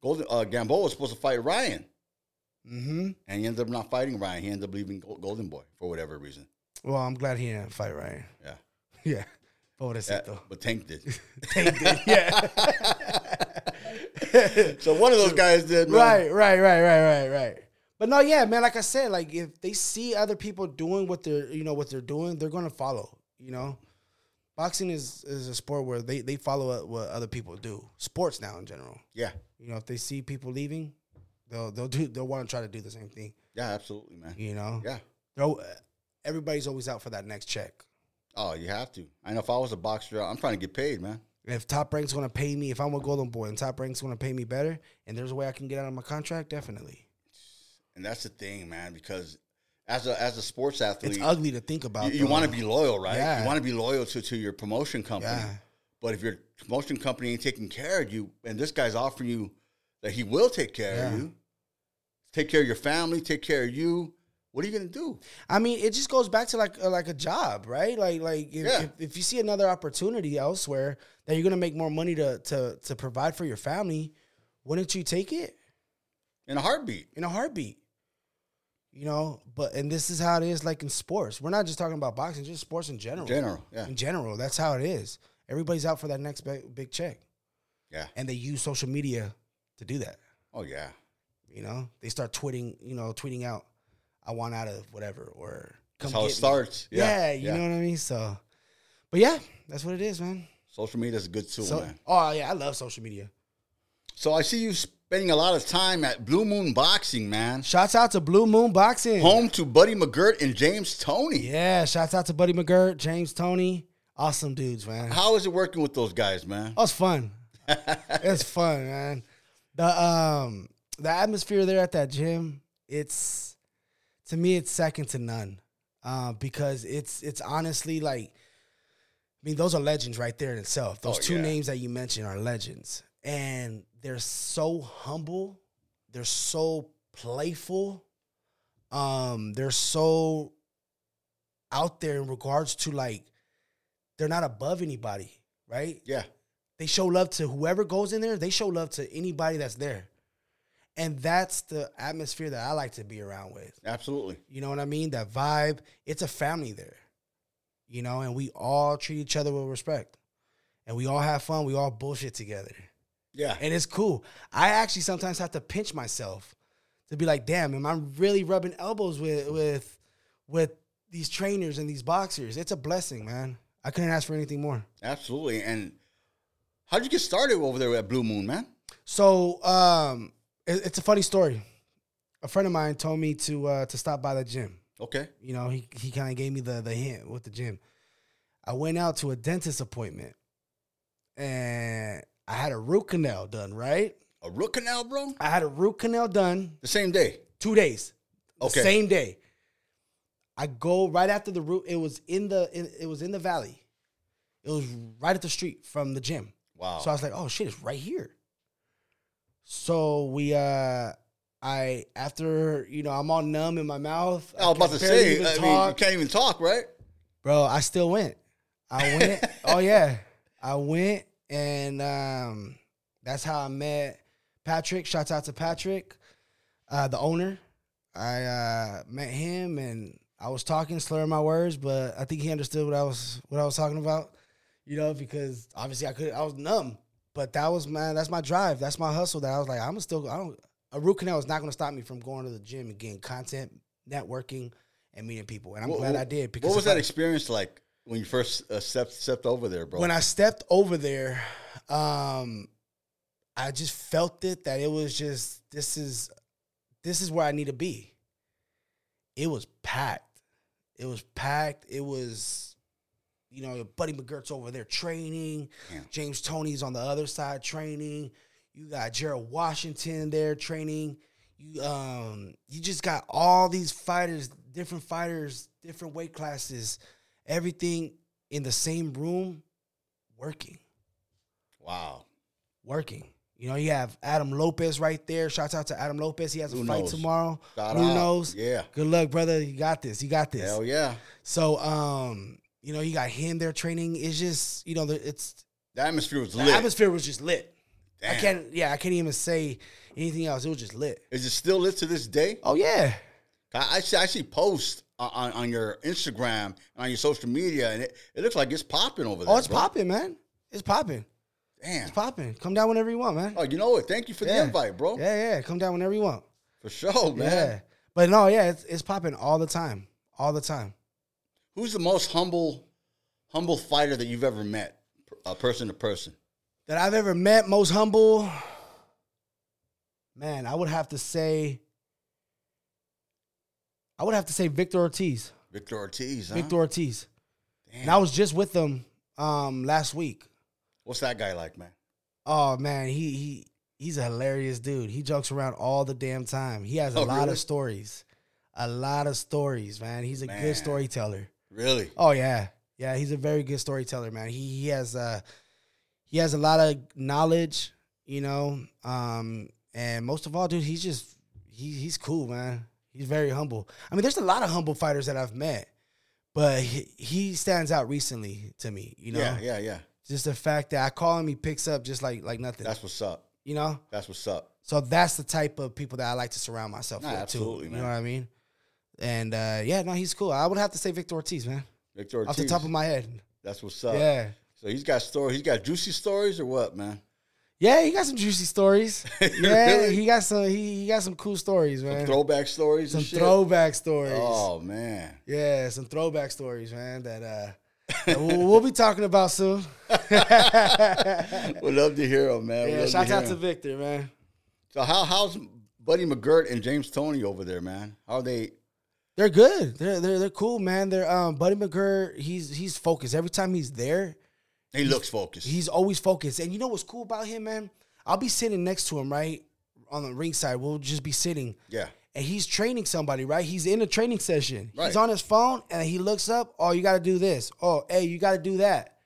A: Golden uh, Gamboa was supposed to fight Ryan,
B: mm-hmm
A: and he ended up not fighting Ryan. He ended up leaving Gol- Golden Boy for whatever reason.
B: well i'm glad he didn't fight right
A: Yeah.
B: yeah but what is
A: Yeah,
B: it though
A: but Tank did.
B: yeah
A: so one of those guys did. Man.
B: Right, right, right, right, right, right. But no, yeah, man. Like I said, like if they see other people doing what they're, you know, what they're doing, they're gonna follow. You know, boxing is is a sport where they they follow what other people do. Sports now in general.
A: Yeah.
B: You know, if they see people leaving, they'll they'll do they'll want to try to do the same thing.
A: Yeah. Absolutely, man.
B: You know,
A: Yeah.
B: They'll- everybody's always out for that next check.
A: Oh, you have to. I know if I was a boxer, I'm trying to get paid, man.
B: If Top Rank's gonna pay me, if I'm a Golden Boy and Top Rank's gonna pay me better, and there's a way I can get out of my contract, definitely.
A: And that's the thing, man, because as a as a sports athlete,
B: It's ugly to think about.
A: you, want
B: to
A: to be loyal, right?
B: Yeah.
A: You want to be loyal to, to your promotion company.
B: Yeah.
A: But if your promotion company ain't taking care of you, and this guy's offering you that he will take care
B: Yeah.
A: of you, take care of your family, take care of you, what are you gonna do?
B: I mean, it just goes back to like uh, like a job, right? Like like if,
A: Yeah.
B: if, if you see another opportunity elsewhere that you're gonna make more money to to to provide for your family, wouldn't you take it
A: In a heartbeat.
B: in a heartbeat? You know, but and this is how it is. Like in sports, we're not just talking about boxing, just sports in general.
A: In general. Yeah.
B: In general, that's how it is. Everybody's out for that next big, big check,
A: Yeah.
B: and they use social media to do that.
A: Oh yeah.
B: You know, they start tweeting, you know, tweeting out, "I want out of whatever," or
A: That's how it
B: get me."
A: starts.
B: Yeah,
A: Yeah.
B: you know what I mean. So, but yeah, that's what it is, man.
A: Social media is a good tool,
B: So,
A: man.
B: oh yeah, I love social media.
A: So I see you spending a lot of time at Blue Moon Boxing, man.
B: Shouts out to Blue Moon Boxing.
A: Home to Buddy McGirt and James Tony.
B: Yeah, shouts out to Buddy McGirt, James Tony, awesome dudes, man.
A: How is it working with those guys, man?
B: Oh, it's fun. it's fun, man. The um the atmosphere there at that gym, it's to me it's second to none. Uh, because it's it's honestly like I mean, those are legends right there in itself. Those
A: Oh,
B: two
A: yeah.
B: names that you mentioned are legends. And they're so humble, they're so playful, um, they're so out there in regards to like they're not above anybody, right?
A: Yeah.
B: they show love to whoever goes in there. They show love to anybody that's there. And that's the atmosphere that I like to be around with.
A: Absolutely.
B: You know what I mean? That vibe. It's a family there. You know, and we all treat each other with respect. And we all have fun. We all bullshit together.
A: Yeah.
B: And it's cool. I actually sometimes have to pinch myself to be like, damn, am I really rubbing elbows with with with these trainers and these boxers? It's a blessing, man. I couldn't ask for anything more.
A: Absolutely. And how'd you get started over there at Blue Moon, man?
B: So um, it, it's a funny story. A friend of mine told me to uh, to stop by the gym.
A: Okay.
B: You know, he he kind of gave me the the hint with the gym. I went out to a dentist appointment, and I had a root canal done. Right,
A: A root canal, bro?
B: I had a root canal done
A: The same day.
B: two days. The
A: Okay.
B: same day. I go right after the root. It was in the in, it was in the valley. It was right at the street from the gym.
A: Wow.
B: So I was like, oh shit, it's right here. So we uh I after you know, I'm all numb in my mouth.
A: I was about to
B: can barely
A: say,
B: even
A: I mean, you
B: talk.
A: can't even talk, right?
B: bro, I still went. I went. oh yeah. I went and um that's how I met Patrick. Shouts out to Patrick. uh, the owner. I uh, met him and I was talking, slurring my words, but I think he understood what I was what I was talking about. You know, because obviously I could I was numb, but that was my that's my drive, that's my hustle. That I was like, I'm still I don't a root canal is not going to stop me from going to the gym and getting content, networking, and meeting people. And I'm
A: What-
B: glad
A: what-
B: I did because
A: What was
B: if I-
A: that experience like when you first uh, stepped stepped over there, bro?
B: when I stepped over there, um, I just felt it that it was just this is this is where I need to be. It was packed. It was packed. It was, you know, Buddy McGirt's over there training.
A: Yeah.
B: James Tony's on the other side training. You got Gerald Washington there training. You um you just got all these fighters, different fighters, different weight classes, everything in the same room working
A: wow.
B: working. You know, you have Adam Lopez right there. Shouts out to Adam Lopez. He has a
A: Who
B: fight
A: knows?
B: tomorrow.
A: Shout
B: Who
A: out.
B: knows?
A: Yeah.
B: Good luck, brother. You got this. You got this.
A: Hell yeah.
B: So, um, you know, you got him there training. It's just, you know, the- it's
A: The atmosphere was
B: the
A: lit.
B: atmosphere was just lit. I
A: Damn.
B: can't, yeah, I can't even say anything else. It was just lit.
A: Is it still lit to this day?
B: Oh yeah,
A: I, I see. I see posts on, on, on your Instagram and on your social media, and it, it looks like it's popping over there.
B: oh, it's
A: bro.
B: popping, man. It's popping.
A: Damn.
B: It's popping. Come down whenever you want, man.
A: Oh, you know what? Thank you for the
B: Yeah.
A: invite, bro.
B: Yeah, yeah. Come down whenever you want.
A: For sure, Oh, man.
B: Yeah, but no, yeah, it's, it's popping all the time, all the time.
A: Who's the most humble, humble fighter that you've ever met, uh, person to person?
B: that I've ever met, most humble, man, I would have to say, I would have to say Victor Ortiz.
A: Victor Ortiz. Huh?
B: Victor Ortiz.
A: Damn.
B: And I was just with him um, last week.
A: What's that guy like, man?
B: Oh man, he he he's a hilarious dude. He jokes around all the damn time. He has a
A: Oh,
B: lot
A: really?
B: of stories, a lot of stories, man. He's a
A: Man.
B: good storyteller.
A: Really?
B: Oh yeah, yeah. He's a very good storyteller, man. He he has uh he has a lot of knowledge, you know. Um, and most of all, dude, he's just he he's cool, man. He's very humble. I mean, there's a lot of humble fighters that I've met, but he, he stands out recently to me. You know,
A: Yeah, yeah, yeah.
B: just the fact that I call him, he picks up just like like nothing.
A: That's what's up.
B: you know,
A: That's what's up.
B: so that's the type of people that I like to surround myself
A: Nah,
B: with
A: absolutely,
B: too.
A: man.
B: You know what I mean? And uh, yeah, no, he's cool. I would have to say Victor Ortiz, man,
A: Victor Ortiz.
B: off the top of my head.
A: That's what's up.
B: Yeah.
A: So he's got stories. He's got juicy stories or what, man?
B: Yeah, he got some juicy stories. Yeah,
A: Really?
B: he got some he, he got some cool stories, man. Some,
A: Throwback stories. and shit?
B: throwback stories.
A: Oh man.
B: Yeah, some throwback stories, man, that uh that we'll, we'll be talking about soon.
A: Would love to hear him, man. Would
B: yeah,
A: love
B: shout
A: hear
B: out to
A: him.
B: Victor, man.
A: So how how's Buddy McGirt and James Tony over there, man? How are they?
B: They're good. They're they're they're cool, man. They're um Buddy McGurr, he's he's focused. Every time he's there,
A: He looks focused.
B: He's always focused. And you know what's cool about him, man? I'll be sitting next to him, right? On the ringside. We'll just be sitting.
A: yeah.
B: And he's training somebody, right? He's in a training session.
A: Right.
B: He's on his phone and he looks up, oh, you gotta do this. Oh, hey, you gotta do that.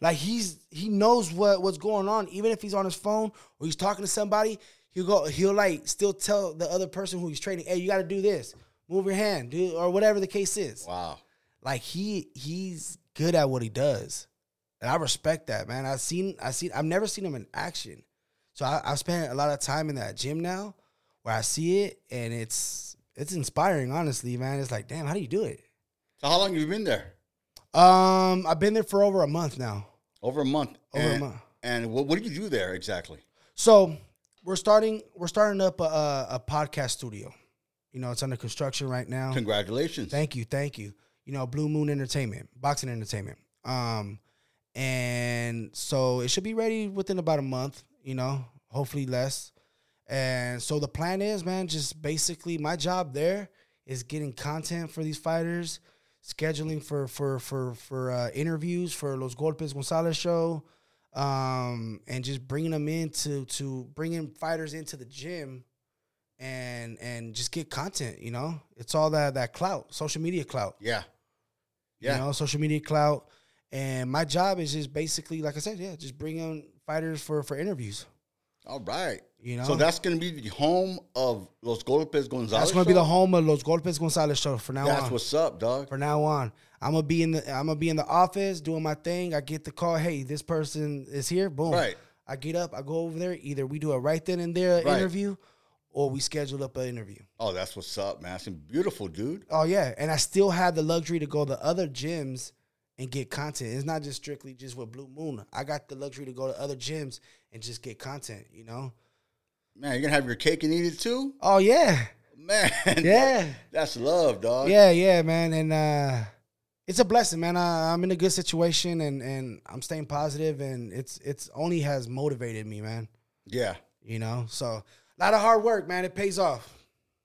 B: Like he's he knows what, what's going on. Even if he's on his phone or he's talking to somebody, he'll go he'll like still tell the other person who he's training, hey, you gotta do this. Move your hand, dude, or whatever the case is
A: Wow.
B: like he he's good at what he does and i respect that man i've seen i seen i've never seen him in action so I, i've spent a lot of time in that gym now where i see it and it's it's inspiring honestly man it's like damn how do you do it
A: So how long have you been there?
B: um i've been there for over a month now
A: Over a month.
B: Over a
A: And-
B: month.
A: And what, what do you do there exactly?
B: so we're starting we're starting up a, a, a podcast studio you know it's under construction right now
A: Congratulations.
B: Um, Thank you, thank you. You know, Blue Moon Entertainment, boxing entertainment. Um, and so it should be ready within about a month. You know, hopefully less. And so the plan is, man, just basically my job there is getting content for these fighters, scheduling for for for for uh, interviews for Los Golpes Gonzalez show, um, and just bringing them in to to bringing fighters into the gym and and just get content. You know, it's all that that clout, social media clout.
A: yeah. Yeah.
B: You know, social media clout. And my job is just basically, like I said, yeah, just bring on fighters for for interviews.
A: All right.
B: You know,
A: So that's going to be the home of Los Golpes Gonzalez.
B: that's going to be the
A: show?
B: home of Los Golpes Gonzalez show for now
A: That's
B: on.
A: what's up, dog.
B: for now on, I'm gonna be in the I'm gonna be in the office doing my thing. I get the call, hey, this person is here. Boom.
A: Right.
B: I get up, I go over there. Either we do a right then and there
A: Right.
B: interview, or we schedule up an interview.
A: Oh, that's what's up, man. That's beautiful, dude.
B: Oh yeah, and I still have the luxury to go to other gyms and get content. It's not just strictly just with Blue Moon. I got the luxury to go to other gyms and just get content. You know?
A: Man, you're gonna have your cake and eat it too?
B: Oh yeah,
A: Man.
B: yeah,
A: That's love, dog.
B: yeah, yeah, man. And uh, it's a blessing, man. I, I'm in a good situation, and and I'm staying positive, and it's it's only has motivated me, man.
A: Yeah.
B: You know, so a lot of hard work, man. It pays off.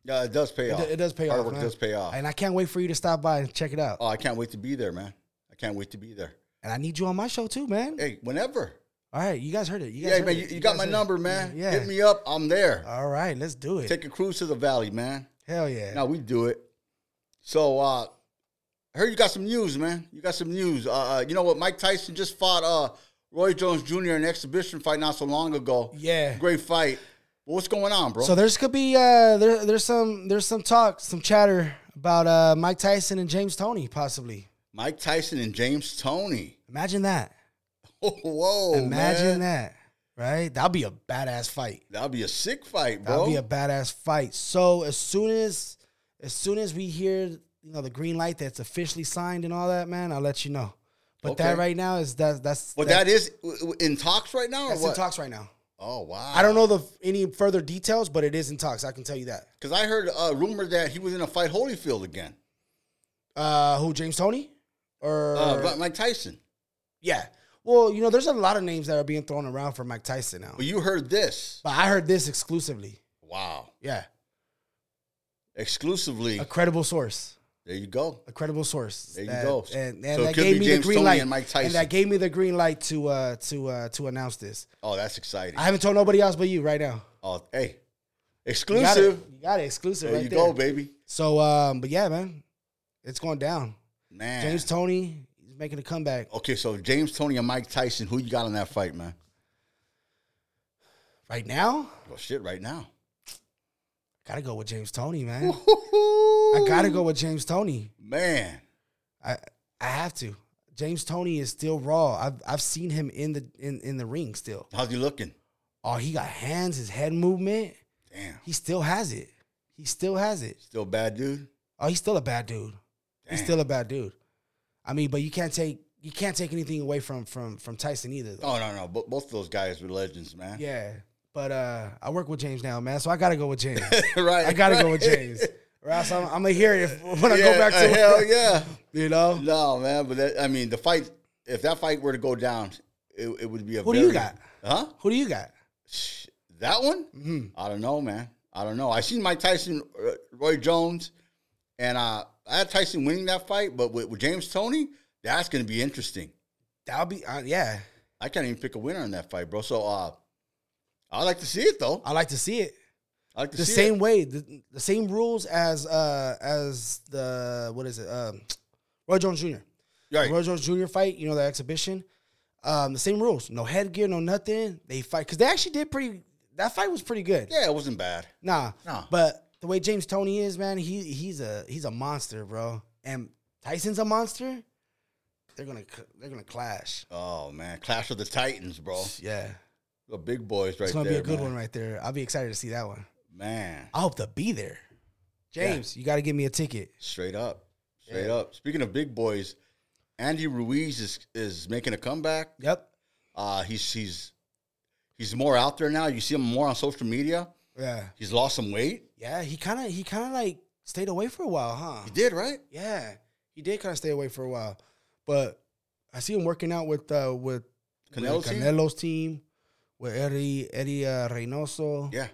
A: Yeah, it does pay
B: It,
A: off.
B: it does pay
A: Hard
B: off.
A: work
B: man.
A: does pay off.
B: And I can't wait for you to stop by and check it out.
A: Oh, I can't wait to be there, man. I can't wait to be there.
B: And I need you on my show too, man.
A: Hey, whenever.
B: All right, you guys heard it. You guys
A: Yeah,
B: heard
A: man,
B: it.
A: you, you got
B: guys
A: my
B: heard it.
A: number, man.
B: Yeah.
A: Hit me up. I'm there.
B: All right, let's do it.
A: Take a cruise to the valley, man.
B: Hell yeah.
A: Now we do it. So uh I heard you got some news, man. You got some news. Uh, uh you know what? Mike Tyson just fought uh Roy Jones Jr. in an exhibition fight not so long ago.
B: Yeah.
A: Great fight. But what's going on, bro?
B: So there's could be uh there there's some there's some talk, some chatter about uh Mike Tyson and James Tony possibly.
A: Mike Tyson and James Tony.
B: Imagine that.
A: whoa.
B: Imagine
A: Oh, man.
B: that. Right? That'll be a badass fight.
A: That'll be a sick fight,
B: That'll
A: bro.
B: be a badass fight. So as soon as as soon as we hear, you know, the green light that's officially signed and all that, man, I'll let you know. But that
A: Okay.
B: right now is that that's
A: but
B: that-
A: that is w- w- in talks right now, or
B: that's
A: what?
B: in talks right now.
A: oh wow!
B: I don't know the any further details, but it is in talks. I can tell you that.
A: because I heard a rumor that he was in a fight Holyfield again.
B: Uh, who James Tony or
A: Uh, but Mike Tyson.
B: yeah? Well, you know, there's a lot of names that are being thrown around for Mike Tyson now,
A: But you heard this?
B: but I heard this exclusively.
A: Wow!
B: Yeah,
A: Exclusively.
B: a credible source,
A: There you go.
B: a credible source.
A: There you
B: that-
A: go.
B: and, and
A: So it
B: that
A: could
B: gave
A: be
B: me
A: James
B: the green
A: Toney
B: light.
A: and Mike Tyson.
B: that gave me the green light to uh to uh to announce this.
A: Oh, that's exciting.
B: I haven't told nobody else but you right now.
A: oh, hey,
B: You got it.
A: exclusive.
B: You got it exclusive.
A: There
B: right
A: you
B: there.
A: go, baby.
B: So, um, but yeah, man, it's going down.
A: Man.
B: James Tony, he's making a comeback.
A: okay, so James Tony and Mike Tyson. Who you got in that fight, man?
B: Right now,
A: Well, shit, right now.
B: gotta go with James Tony, man. I gotta go with James Tony.
A: Man,
B: I I have to. James Tony is still raw. I've I've seen him in the in, in the ring still.
A: how's he looking?
B: Oh, he got hands, his head movement.
A: Damn,
B: He still has it. He still has it.
A: still bad, dude.
B: Oh, he's still a bad dude. He's
A: Damn.
B: still a bad dude. I mean, but you can't take you can't take anything away from from from Tyson either. though.
A: Oh no, no, but both of those guys were legends, man.
B: Yeah. But uh I work with James now, man. So I gotta go with James.
A: right.
B: I gotta go with
A: right.
B: James. Or else I'm, I'm gonna hear it if, when I
A: Yeah,
B: go back to
A: uh, hell yeah.
B: You know?
A: No, man, but that, I mean, the fight. If that fight were to go down, it, it would be a.
B: Who do
A: very,
B: you got?
A: Huh?
B: Who do you got?
A: Sh- That one? I don't know, man. I don't know. I seen Mike Tyson, uh, Roy Jones, and uh, I had Tyson winning that fight, but with, with James Tony, that's going to be interesting.
B: That'll be uh, yeah.
A: I can't even pick a winner in that fight, bro. So uh, I like to see it though.
B: I like to see it.
A: I like to
B: the
A: see
B: same
A: It.
B: way, the, the same rules as uh as the what is it? Um, Roy Jones Jr.
A: Right.
B: Roy Jones Jr. fight. You know the exhibition. Um, the same rules. No headgear, no nothing. They fight because they actually did pretty. That fight was pretty good.
A: Yeah, it wasn't bad.
B: Nah,
A: Nah.
B: But the way James Tony is, man, he he's a he's a monster, bro. And Tyson's a monster. They're gonna c- they're gonna clash.
A: Oh man, Clash of the Titans, bro.
B: Yeah,
A: The big boys Oh. right
B: it's gonna
A: there.
B: be a good
A: man.
B: one right there. I'll be excited to see that one.
A: Man,
B: I hope to be there. James, you got to give me a ticket.
A: straight up, straight up. Speaking of big boys, Andy Ruiz is is making a comeback.
B: Yep.
A: Uh, he's he's he's more out there now. You see him more on social media.
B: Yeah.
A: He's lost some weight.
B: Yeah. He kind of he kind of like stayed away for a while, huh?
A: He did right.
B: Yeah. He did kind of stay away for a while, but I see him working out with uh with with
A: Canelo's team?
B: Canelo's team, with Eddie Eddie uh, Reynoso,
A: Yeah,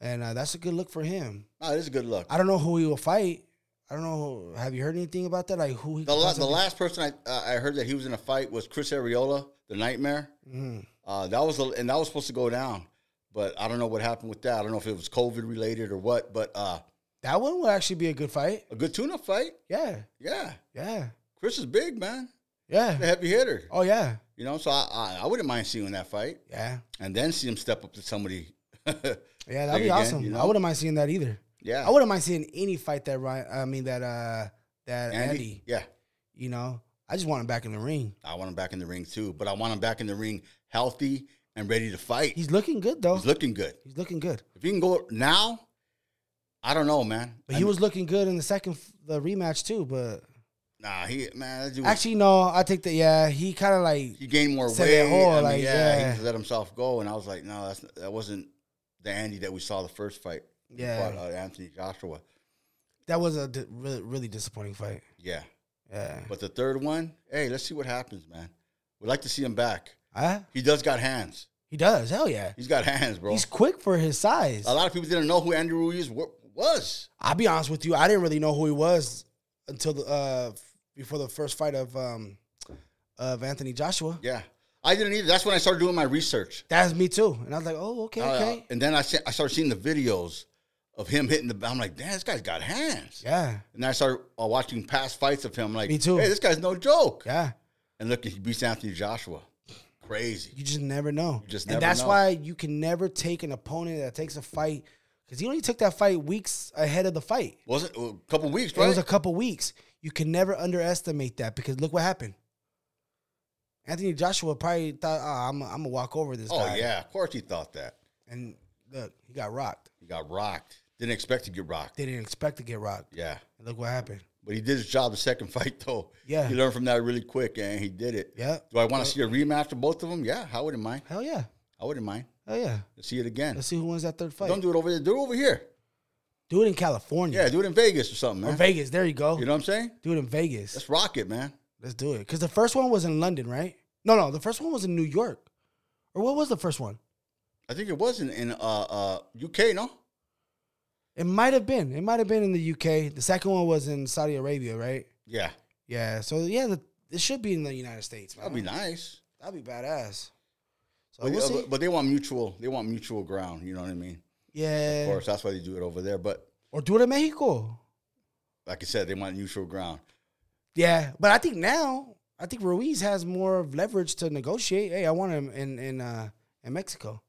B: and uh, that's a good look for him.
A: no, this is good luck.
B: I don't know who he will fight. I don't know. Have you heard anything about that? Like who he?
A: The,
B: could
A: la- the
B: possibly-
A: last person I uh, I heard that he was in a fight was Chris Ariola, the Nightmare.
B: Mhm.
A: Uh, that was a, and that was supposed to go down, but I don't know what happened with that. I don't know if it was COVID related or what. But uh,
B: That one would actually be a good fight.
A: a good tuna fight.
B: Yeah.
A: Yeah,
B: Yeah.
A: Chris is big man, the
B: Yeah.
A: heavy hitter.
B: Oh yeah.
A: You know, so I, I I wouldn't mind seeing that fight
B: Yeah.
A: and then see him step up to somebody.
B: Yeah,
A: Like
B: that'd be
A: again,
B: awesome.
A: you know?
B: I wouldn't mind seeing that either.
A: yeah,
B: I wouldn't mind seeing any fight that Ryan. I mean that uh that Andy.
A: Yeah,
B: You know, I just want him back in the ring.
A: I want him back in the ring too, but I want him back in the ring healthy and ready to fight.
B: He's looking good though.
A: He's looking good.
B: He's looking good.
A: If he can go now I don't know, man.
B: But
A: I
B: he
A: mean,
B: was looking good in the second f- the rematch too. But
A: nah. He man, that dude was-
B: actually, no, I take that. Yeah, he kind of like
A: he gained more
B: said
A: weight.
B: that whole,
A: I mean,
B: like,
A: yeah, he
B: yeah.
A: just let himself go, and I was like, no, that's that wasn't the Andy that we saw the first fight. He
B: Yeah.
A: fought, uh, Anthony Joshua.
B: that was a di- really really disappointing fight.
A: Yeah,
B: Yeah,
A: but the third one, hey, let's see what happens, man. We'd like to see him back.
B: huh?
A: He does got hands.
B: he does. Hell yeah,
A: He's got hands, bro.
B: he's quick for his size.
A: a lot of people didn't know who Andy Ruiz wa- was.
B: I'll be honest with you, I didn't really know who he was until the uh, f- before the first fight of um, of Anthony Joshua.
A: Yeah, I didn't either. That's when I started doing my research.
B: That's me too, and I was like, oh okay,
A: Uh,
B: okay,
A: and then I se- I started seeing the videos of him hitting the. I'm like, damn, this guy's got hands.
B: yeah,
A: And then I started uh, watching past fights of him. I'm like,
B: Me too.
A: Hey, this guy's no joke.
B: yeah.
A: And look, he beats Anthony Joshua. Crazy.
B: You just never know.
A: You just
B: and
A: never
B: that's
A: know.
B: why you can never take an opponent that takes a fight because he only took that fight weeks ahead of the fight.
A: Was it a couple weeks,
B: It
A: right?
B: was a couple weeks. You can never underestimate that because look what happened. Anthony Joshua probably thought, oh, I'm, I'm gonna walk over this
A: oh
B: guy.
A: yeah, of course he thought that.
B: And look, he got rocked.
A: He got rocked. Didn't expect to get rocked.
B: They didn't expect to get rocked.
A: Yeah,
B: And look what happened.
A: but he did his job the second fight though.
B: Yeah.
A: he learned from that really quick, and he did it.
B: Yeah.
A: Do I want to see a rematch of both of them? Yeah, I wouldn't mind.
B: Hell yeah.
A: I wouldn't mind.
B: Hell yeah.
A: Let's see it again.
B: Let's see who wins that third fight.
A: Don't do it over there. Do it over here.
B: do it in California
A: Yeah, do it in Vegas or something,
B: or
A: man.
B: Vegas. There you go.
A: You know what I'm saying?
B: do it in Vegas.
A: Let's rock it, man.
B: Let's do it. Because the first one was in London, right? No, no, the first one was in New York. Or what was the first one?
A: I think it was in, in uh, uh, UK, no?
B: It might have been. It might have been in the UK. The second one was in Saudi Arabia, right?
A: Yeah,
B: Yeah. So yeah, the, it should be in the United States. Man.
A: that'd be nice.
B: That'd be badass. So
A: But,
B: Uh-huh. Uh,
A: uh,
B: we'll see.
A: but- but they want mutual. They want mutual ground. You know what I mean? Of
B: yeah.
A: course, that's why they do it over there. But
B: Or do it in Mexico.
A: like I said, they want neutral ground.
B: Yeah, but I think now I think Ruiz has more of leverage to negotiate. Hey, I want him in in uh, in Mexico.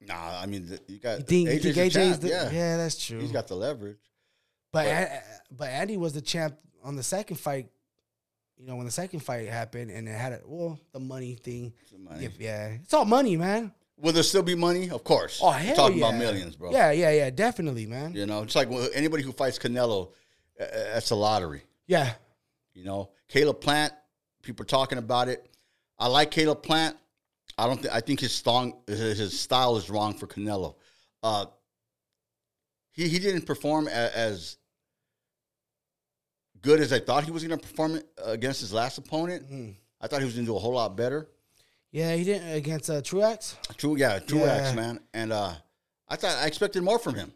A: Nah, I mean, the, you got
B: You think
A: AJ's
B: you
A: Uh, the
B: think AJ's
A: champ,
B: the,
A: yeah.
B: yeah. that's true.
A: he's got the leverage.
B: But An- but Andy was the champ on the second fight. You know when the second fight happened and it had a well the money thing.
A: The money.
B: Yeah, yeah. it's all money, man.
A: Will there still be money? Of course.
B: Oh
A: We're
B: hell
A: talking
B: yeah.
A: about millions, bro.
B: Yeah, yeah, yeah, definitely, man. Yeah,
A: You know, just like when- anybody who fights Canelo, uh, uh, that's a lottery. You know, Caleb Plant, people are talking about it. I like Caleb Plant. I don't. think I think his strong, his his style is wrong for Canelo. Uh, he he didn't perform as, as good as I thought he was going to perform uh, against his last opponent.
B: Mhm.
A: I thought he was going to do a whole lot better.
B: yeah. He didn't against uh, Truex.
A: True, yeah, Truex,
B: Yeah.
A: man, and uh, I thought I expected more from him.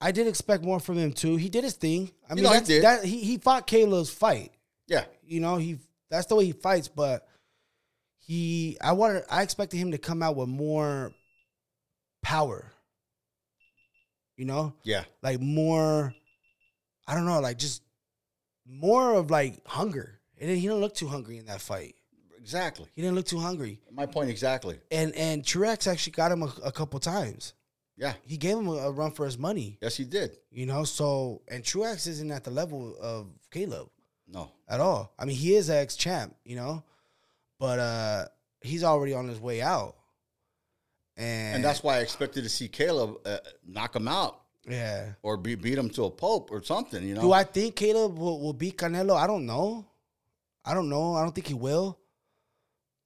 B: I did expect more from him too. He did his thing. I mean,
A: know, he
B: that's,
A: did.
B: that he he fought Caleb's fight.
A: Yeah,
B: You know, he that's the way he fights. But he, I wanted, I expected him to come out with more power. You know,
A: yeah,
B: like more I don't know, like just more of like hunger. And then he didn't look too hungry in that fight.
A: exactly.
B: He didn't look too hungry.
A: My point exactly.
B: And and Truex actually got him a, a couple times.
A: Yeah,
B: He gave him a, a run for his money,
A: yes, he did.
B: you know. So and Truex isn't at the level of Caleb
A: No,
B: at all. I mean, he is ex champ, you know, but uh he's already on his way out. And,
A: and that's why I expected to see Caleb uh, knock him out.
B: yeah.
A: or be, beat him to a pulp or something, you know?
B: Do I think Caleb will, will beat Canelo? I don't know. I don't know. I don't think he will.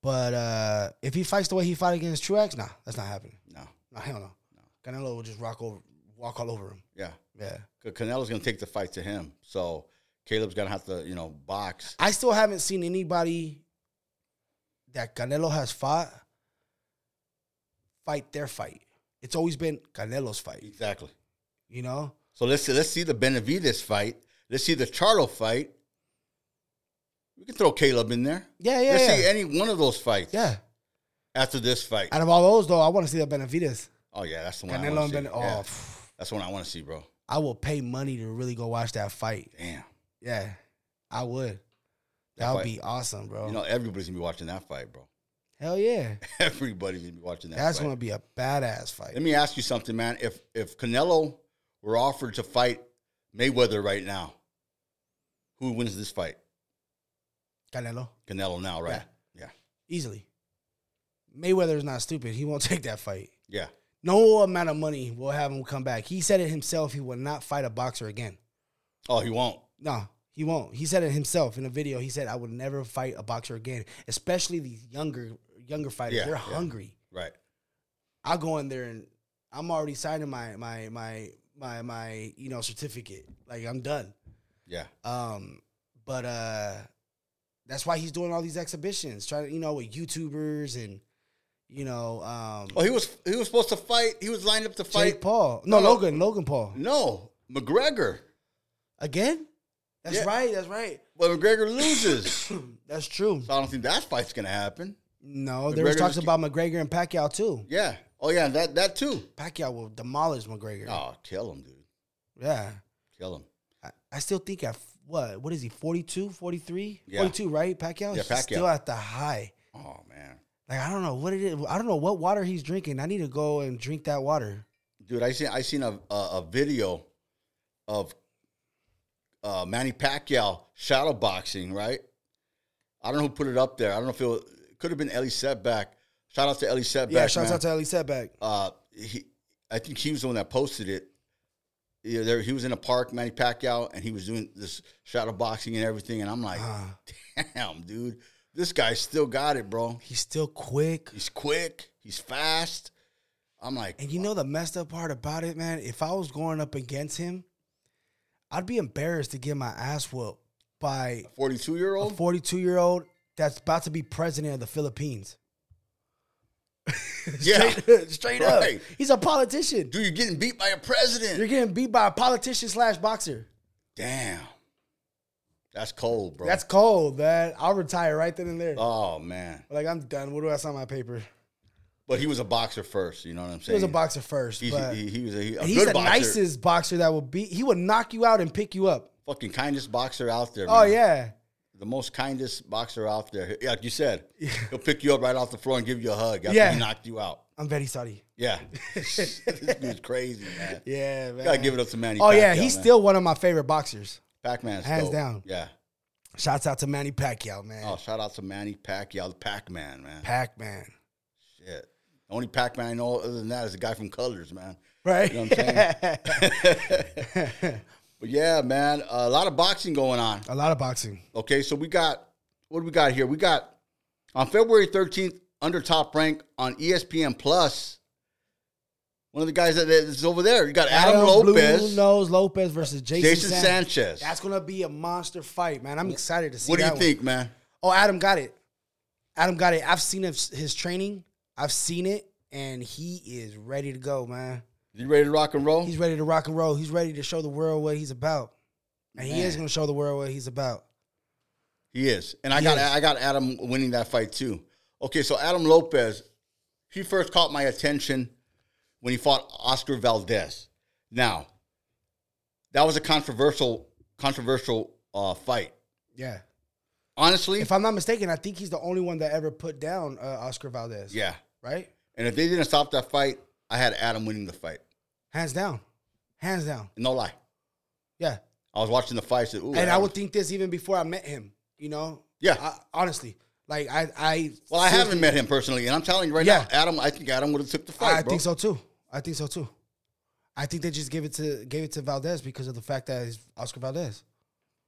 B: But uh, if he fights the way he fought against Truex, nah, that's not happening.
A: no,
B: No, hell no. Canelo will just rock over, walk all over him.
A: yeah.
B: Yeah.
A: 'Cause Canelo's going to take the fight to him. So Caleb's going to have to, you know, box.
B: I still haven't seen anybody that Canelo has fought fight their fight. It's always been Canelo's fight,
A: Exactly.
B: you know?
A: So let's see, let's see the Benavides fight. Let's see the Charlo fight. We can throw Caleb in there.
B: Yeah, yeah,
A: let's
B: yeah.
A: see any one of those fights
B: yeah.
A: after this fight.
B: Out of all those, though, I want to see that Benavides.
A: Oh, yeah, that's the one I
B: Canelo
A: want
B: and
A: to see.
B: Benavides. Oh,
A: Yeah,
B: pff.
A: that's the one I want to see, bro.
B: I will pay money to really go watch that fight.
A: Damn.
B: Yeah, I would. That would
A: fight-
B: be awesome, bro.
A: You know, everybody's going to be watching that fight, bro.
B: Hell yeah.
A: Everybody's going to be watching that
B: That's
A: fight.
B: going to be a badass fight.
A: Let me ask you something, man. If if Canelo were offered to fight Mayweather right now, who wins this fight?
B: Canelo,
A: Canelo now, right? Yeah.
B: easily. Mayweather is not stupid. He won't take that fight.
A: Yeah.
B: No amount of money will have him come back. He said it himself. He will not fight a boxer again.
A: Oh, he won't.
B: No, he won't. He said it himself in a video. He said, "I would never fight a boxer again, especially these younger younger fighters.
A: Yeah,
B: They're
A: yeah.
B: hungry.
A: Right.
B: I'll go in there and I'm already signing my my my my my you know certificate. Like I'm done.
A: Yeah.
B: Um, but uh, that's why he's doing all these exhibitions, trying to you know with YouTubers and you know um
A: Oh, he was he was supposed to fight. He was lined up to fight.
B: Jake Paul. No,
A: No.
B: Logan, Logan Paul
A: No, McGregor.
B: again. That's
A: Yeah.
B: right. That's right.
A: But McGregor loses.
B: That's true.
A: so I don't think that fight's gonna happen.
B: No, there was
A: McGregor
B: talks
A: just-
B: about McGregor and Pacquiao too.
A: Yeah. Oh yeah, that that too.
B: Pacquiao will demolish McGregor.
A: Oh, kill him, dude.
B: Yeah.
A: Kill him.
B: I, I still think at f- what? What is he? 42, 43?
A: Yeah.
B: 42, right? Pacquiao?
A: Yeah,
B: He's
A: Pacquiao.
B: still at the high.
A: Oh man,
B: Like I don't know what it is. I don't know what water he's drinking. I need to go and drink that water.
A: dude. I seen I seen a a, a video of uh, Manny Pacquiao shadow boxing. Right. I don't know who put it up there. I don't know if it, was, it could have been Ellie Setback. Shout out to Ellie Setback.
B: Yeah, shouts
A: man.
B: out to Ellie Setback.
A: uh, he, I think he was the one that posted it. Yeah, there, he was in a park, Manny Pacquiao, and he was doing this shadow boxing and everything. And I'm like,
B: Uh,
A: damn, dude, this guy still got it, bro.
B: he's still quick.
A: He's quick, he's fast. I'm like,
B: And you know the messed up part about it, man? If I was going up against him, I'd be embarrassed to get my ass whooped by
A: 42 year
B: a
A: old.
B: 42 year old that's about to be president of the Philippines.
A: Yeah.
B: straight, straight up.
A: Right.
B: He's a politician.
A: Dude, you're getting beat by a
B: You're
A: president.
B: getting beat by a politician slash boxer.
A: Damn, that's cold, bro.
B: That's cold, man. I'll retire right then and there.
A: oh man.
B: like I'm done. What do I sign my paper?
A: But he was a boxer first. You know what I'm
B: He
A: saying?
B: was a boxer first,
A: He,
B: but
A: he, he was a, he- a
B: he's
A: good
B: the
A: boxer.
B: nicest boxer that will beat. He would knock you out and pick you up.
A: fucking kindest boxer out there.
B: Oh
A: man.
B: yeah,
A: the most kindest boxer out there. Yeah, Like you said, he'll pick you up right off the floor and give you a hug after
B: Yeah.
A: he knocked you out.
B: I'm very sorry.
A: Yeah, this dude's crazy, man.
B: Yeah, man.
A: You gotta give it up to Manny.
B: oh yeah,
A: Pacquiao,
B: he's
A: man.
B: still one of my favorite boxers.
A: Pac-Man's
B: hands
A: dope.
B: down.
A: Yeah.
B: Shouts out to Manny Pacquiao, man.
A: Oh, shout out to Manny Pacquiao, the Pac-Man, man.
B: Pac-Man,
A: Shit. The only Pac-Man I know other than that is the guy from Colors, man.
B: right?
A: You know what I'm saying? but yeah, man, a lot of boxing going on.
B: a lot of boxing.
A: Okay, so we got what do we got here? We got on February 13th, under top rank on E ESPN Plus. One of the guys that is over there. You got Adam, Lopez,
B: Blue Nose Lopez versus Jason,
A: Jason
B: Sanchez.
A: Sanchez.
B: That's gonna be a monster fight, man. I'm excited to see.
A: what do you
B: that one.
A: think, man?
B: Oh, Adam got it. Adam got it. I've seen his, his training. I've seen it, and he is ready to go, man.
A: You ready to rock and roll?
B: He's ready to rock and roll. He's ready to show the world what he's about, and he
A: Man.
B: is going to show the world what he's about.
A: he is. And I
B: He
A: got
B: is.
A: I got Adam winning that fight too. Okay, so Adam Lopez, he first caught my attention when he fought Oscar Valdez. Now, that was a controversial controversial uh, fight.
B: Yeah.
A: Honestly,
B: If I'm not mistaken, I think he's the only one that ever put down uh, Oscar Valdez.
A: yeah.
B: Right.
A: And if they didn't stop that fight, I had Adam winning the fight.
B: Hands down. Hands down.
A: No lie.
B: Yeah.
A: I was watching the fight. I said, Ooh,
B: and I
A: Adam.
B: would think this even before I met him. You know.
A: Yeah.
B: I, honestly, like I, I.
A: well, I haven't met him personally, and I'm telling you right
B: Yeah.
A: now, Adam. I think Adam would have took the fight.
B: I
A: bro.
B: think so too. I think so too. I think they just gave it to gave it to Valdez because of the fact that it's Oscar Valdez.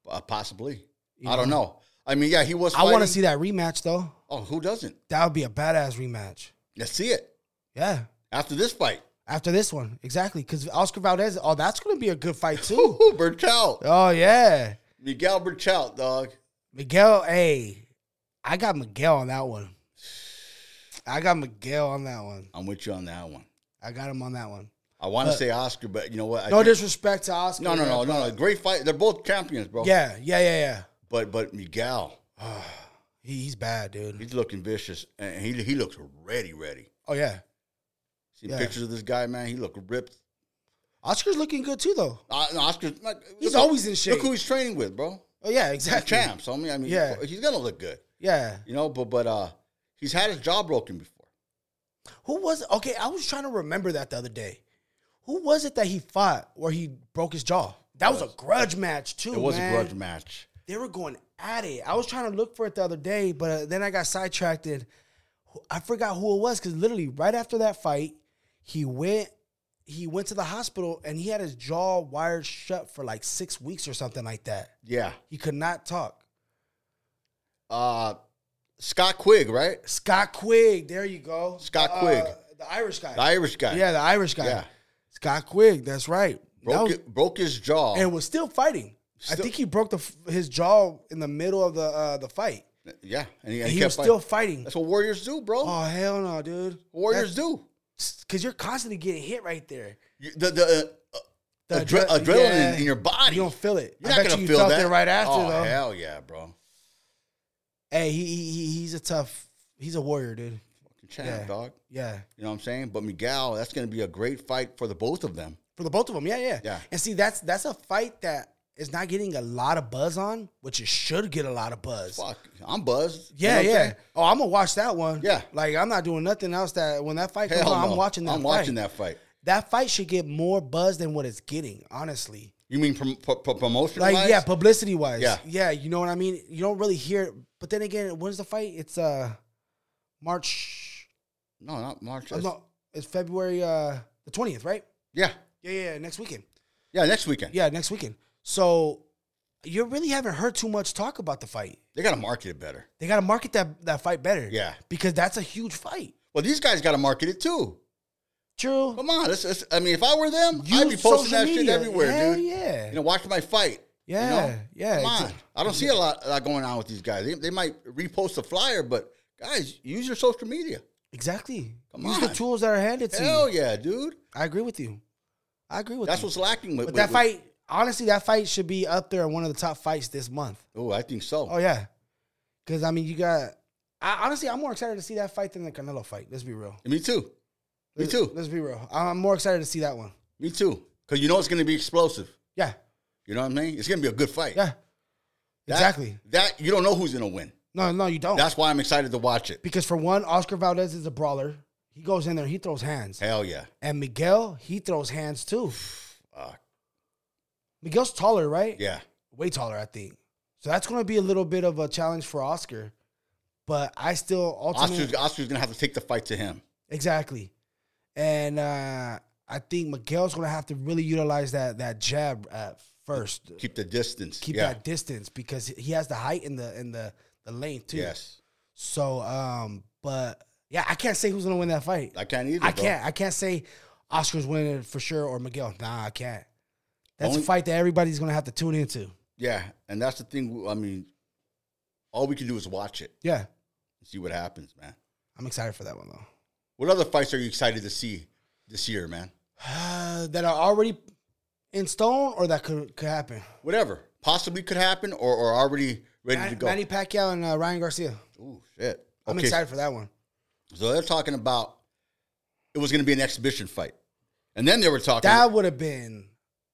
A: Uh, possibly.
B: You
A: I don't know. I mean, yeah, he was.
B: I want to
A: fighting.
B: see that rematch though.
A: Oh, who doesn't?
B: That would be a badass rematch.
A: Let's see it
B: Yeah.
A: after this fight.
B: After this one, exactly, because Oscar Valdez. Oh, that's gonna be a good fight too.
A: Ooh, Bertel,
B: oh yeah,
A: Miguel Bertel, dog.
B: Miguel. Hey, I got Miguel on that one. I got Miguel on that one.
A: I'm with you on that one.
B: I got him on that one.
A: I want to
B: But-
A: say Oscar, but you know what? I
B: Uh, No
A: think-
B: disrespect to Oscar.
A: no, no, no,
B: man,
A: no, no. Great fight. They're both champions, bro.
B: but- Yeah, yeah, yeah, yeah.
A: But but Miguel,
B: He, he's bad, dude.
A: he's looking vicious, and he he looks ready, ready.
B: Oh yeah,
A: Seen
B: Yeah.
A: pictures of this guy, man. He look ripped.
B: Oscar's looking good too, though.
A: Uh, no, Oscar's not,
B: He's
A: look-
B: always in shape.
A: Look who he's training with, bro.
B: Oh yeah,
A: He's
B: exactly.
A: champs. I mean, I mean,
B: Yeah.
A: he's gonna look good,
B: Yeah.
A: you know. But but uh, he's had his jaw broken before.
B: Who was okay? I was trying to remember that the other day. Who was it that he fought where he broke his jaw? That was a grudge match too.
A: It was
B: man.
A: a grudge match.
B: They were going at it. I was trying to look for it the other day, but uh, then I got sidetracked. and wh- I forgot who it was because literally right after that fight, He went he went to the hospital and he had his jaw wired shut for like six weeks or something like that.
A: Yeah.
B: He could not talk.
A: Uh, Scott Quigg, right?
B: Scott Quigg, there you go.
A: Scott
B: Uh,
A: Quigg.
B: the Irish guy.
A: The Irish guy.
B: Yeah, the Irish guy.
A: Yeah.
B: Scott Quigg, that's right. That
A: Broke,
B: was-
A: it, broke his jaw.
B: and was still fighting. I
A: Still-
B: think he broke the f- his jaw in the middle of the uh, the fight.
A: yeah. And he,
B: And
A: he
B: he
A: kept
B: was
A: fighting.
B: still fighting.
A: That's what Warriors do, bro.
B: Oh hell no, dude!
A: Warriors do.
B: because you're constantly getting hit right there.
A: You- The, the, uh,
B: The
A: adre-
B: adre-
A: adrenaline
B: yeah.
A: in your body.
B: You don't feel it.
A: You're
B: I
A: not
B: bet
A: gonna
B: you
A: feel
B: felt
A: that
B: it right after
A: oh,
B: though.
A: Hell yeah, bro.
B: Hey, he, he he- he's a tough. He's a warrior, dude.
A: Champ,
B: Yeah.
A: dog.
B: Yeah,
A: You know what I'm saying? But Miguel, that's going to be a great fight for the both of them.
B: for the both of them. Yeah, yeah,
A: Yeah.
B: And see, that's that's a fight that is not getting a lot of buzz on, which it should get a lot of buzz.
A: Fuck, I'm buzzed. You know
B: Yeah,
A: what I'm
B: yeah.
A: saying?
B: Oh, I'm gonna watch that one.
A: Yeah.
B: like I'm not doing nothing else. That when that fight comes
A: Hell
B: on,
A: no.
B: I'm watching that.
A: I'm
B: fight.
A: watching that fight.
B: that fight should get more buzz than what it's getting, honestly.
A: You mean prom- pro- pro- promotion?
B: Like, yeah, publicity wise.
A: Yeah.
B: Yeah, you know what I mean? You don't really hear it. But then again, when's the fight? It's uh March
A: no, not March.
B: uh, no, it's February uh the twentieth, right?
A: Yeah,
B: Yeah, yeah, yeah, next weekend.
A: yeah. Next weekend,
B: Yeah, next weekend. So you really haven't heard too much talk about the fight.
A: they got to market it better.
B: They gotta market that that fight better.
A: Yeah.
B: Because that's a huge fight.
A: Well, these guys got to market it too.
B: True.
A: Come on, let's, let's- I mean, if I were them, I'd be
B: Use
A: posting
B: social
A: that shit
B: media.
A: everywhere,
B: Hell
A: dude.
B: Yeah.
A: You know, watch my fight. you
B: yeah.
A: know?
B: Yeah.
A: Come on.
B: It's-
A: I don't see a lot, a lot going on with these guys. They, they might repost a flyer, but guys, use your social media.
B: Exactly.
A: Come
B: Use the
A: on.
B: tools that are handed to you.
A: Hell yeah, dude.
B: I agree with you. I agree with
A: That's
B: you.
A: what's lacking with with-
B: But that
A: with-
B: fight, honestly, that fight should be up there in one of the top fights this month.
A: Oh, I think so.
B: Oh yeah, because I mean, you got. I, honestly, I'm more excited to see that fight than the Canelo fight. Let's be real.
A: Me too. Me
B: Let's-
A: too.
B: Let's be real. I'm more excited to see that one.
A: Me too. Because you know it's going to be explosive.
B: Yeah,
A: You know what I mean? It's going to be a good fight.
B: yeah,
A: That-
B: exactly.
A: That you don't know who's going to win.
B: No, no, you don't.
A: That's why I'm excited to watch it.
B: because for one, Oscar Valdez is a brawler. He goes in there, he throws hands,
A: Hell yeah.
B: and Miguel he throws hands too.
A: Uh,
B: Miguel's taller, right?
A: yeah.
B: way taller, I think. So that's going to be a little bit of a challenge for Oscar. But I still ultimately
A: Oscar's, Oscar's going to have to take the fight to him.
B: exactly, and uh, I think Miguel's going to have to really utilize that that jab at first,
A: Keep the distance.
B: keep
A: yeah.
B: that distance because he has the height and the and the the length too.
A: Yes.
B: So, um, but yeah, I can't say who's going to win that fight.
A: I can't either.
B: I
A: bro.
B: can't. I can't say Oscar's winning for sure or Miguel. Nah, I can't. That's
A: Only-
B: a fight that everybody's going to have to tune into.
A: Yeah. And that's the thing. I mean, all we can do is watch it
B: Yeah,
A: and see what happens, man.
B: I'm excited for that one though.
A: What other fights are you excited to see this year, man?
B: Uh, that are already in stone or that could could happen.
A: Whatever possibly could happen or, or already ready to
B: Manny,
A: go.
B: Manny Pacquiao and uh, Ryan Garcia.
A: Ooh, shit.
B: I'm
A: Okay,
B: excited for that one.
A: So they're talking about it was going to be an exhibition fight, and then they were talking.
B: That would have been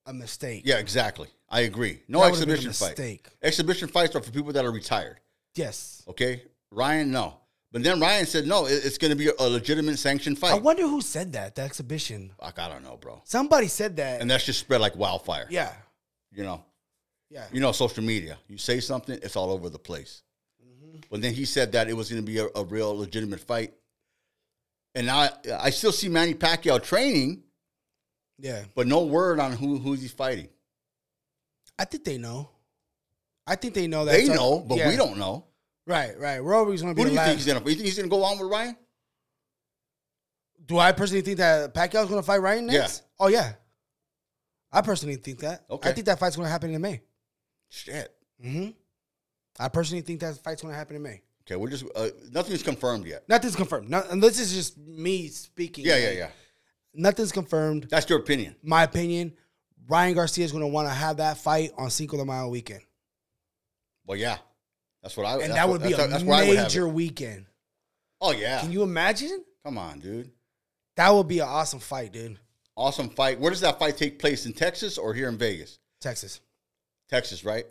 B: a mistake.
A: yeah, exactly. I agree. No
B: That would've been a
A: exhibition fight.
B: mistake.
A: Exhibition fights are for people that are retired.
B: Yes.
A: Okay, Ryan, no. But then Ryan said, no, it- it's going to be a legitimate sanctioned
B: I
A: fight.
B: wonder who said that. The exhibition.
A: Fuck, I don't know, bro.
B: Somebody said that.
A: And that's just spread like wildfire.
B: yeah.
A: You know,
B: Yeah.
A: you know, social media. You say something, it's all over the place.
B: Mm-hmm.
A: But then he said that it was going to be a, a real legitimate fight. And now I, I still see Manny Pacquiao training,
B: Yeah.
A: but no word on who who's he fighting.
B: I think they know. I think they know that.
A: They
B: So-
A: know, but
B: yeah.
A: we don't know.
B: Right. Right. We're always going to
A: Who
B: be
A: do
B: the
A: you think he's
B: last.
A: gonna? You think he's gonna go on with Ryan?
B: Do I personally think that Pacquiao's going to fight Ryan
A: Yeah.
B: next? Oh yeah. I personally think that.
A: Okay.
B: I think that fight's going to happen in May.
A: Shit.
B: hmm I personally think that fight's going to happen in May.
A: Okay, we're just uh, nothing's confirmed yet.
B: Nothing's confirmed. No, and this is just me speaking.
A: Yeah, yeah, yeah.
B: Nothing's confirmed.
A: That's your opinion.
B: My opinion, Ryan Garcia is going to want to have that fight on Cinco de Mayo weekend,
A: Well, yeah, that's what I.
B: and
A: Oh, that's
B: that
A: what-
B: would be
A: that's,
B: a
A: that's where I would have it.
B: major weekend.
A: Oh yeah.
B: Can you imagine?
A: Come on, dude.
B: That would be an awesome fight, dude.
A: Awesome fight. Where does that fight take place in Texas or here in Vegas?
B: Texas,
A: Texas, right?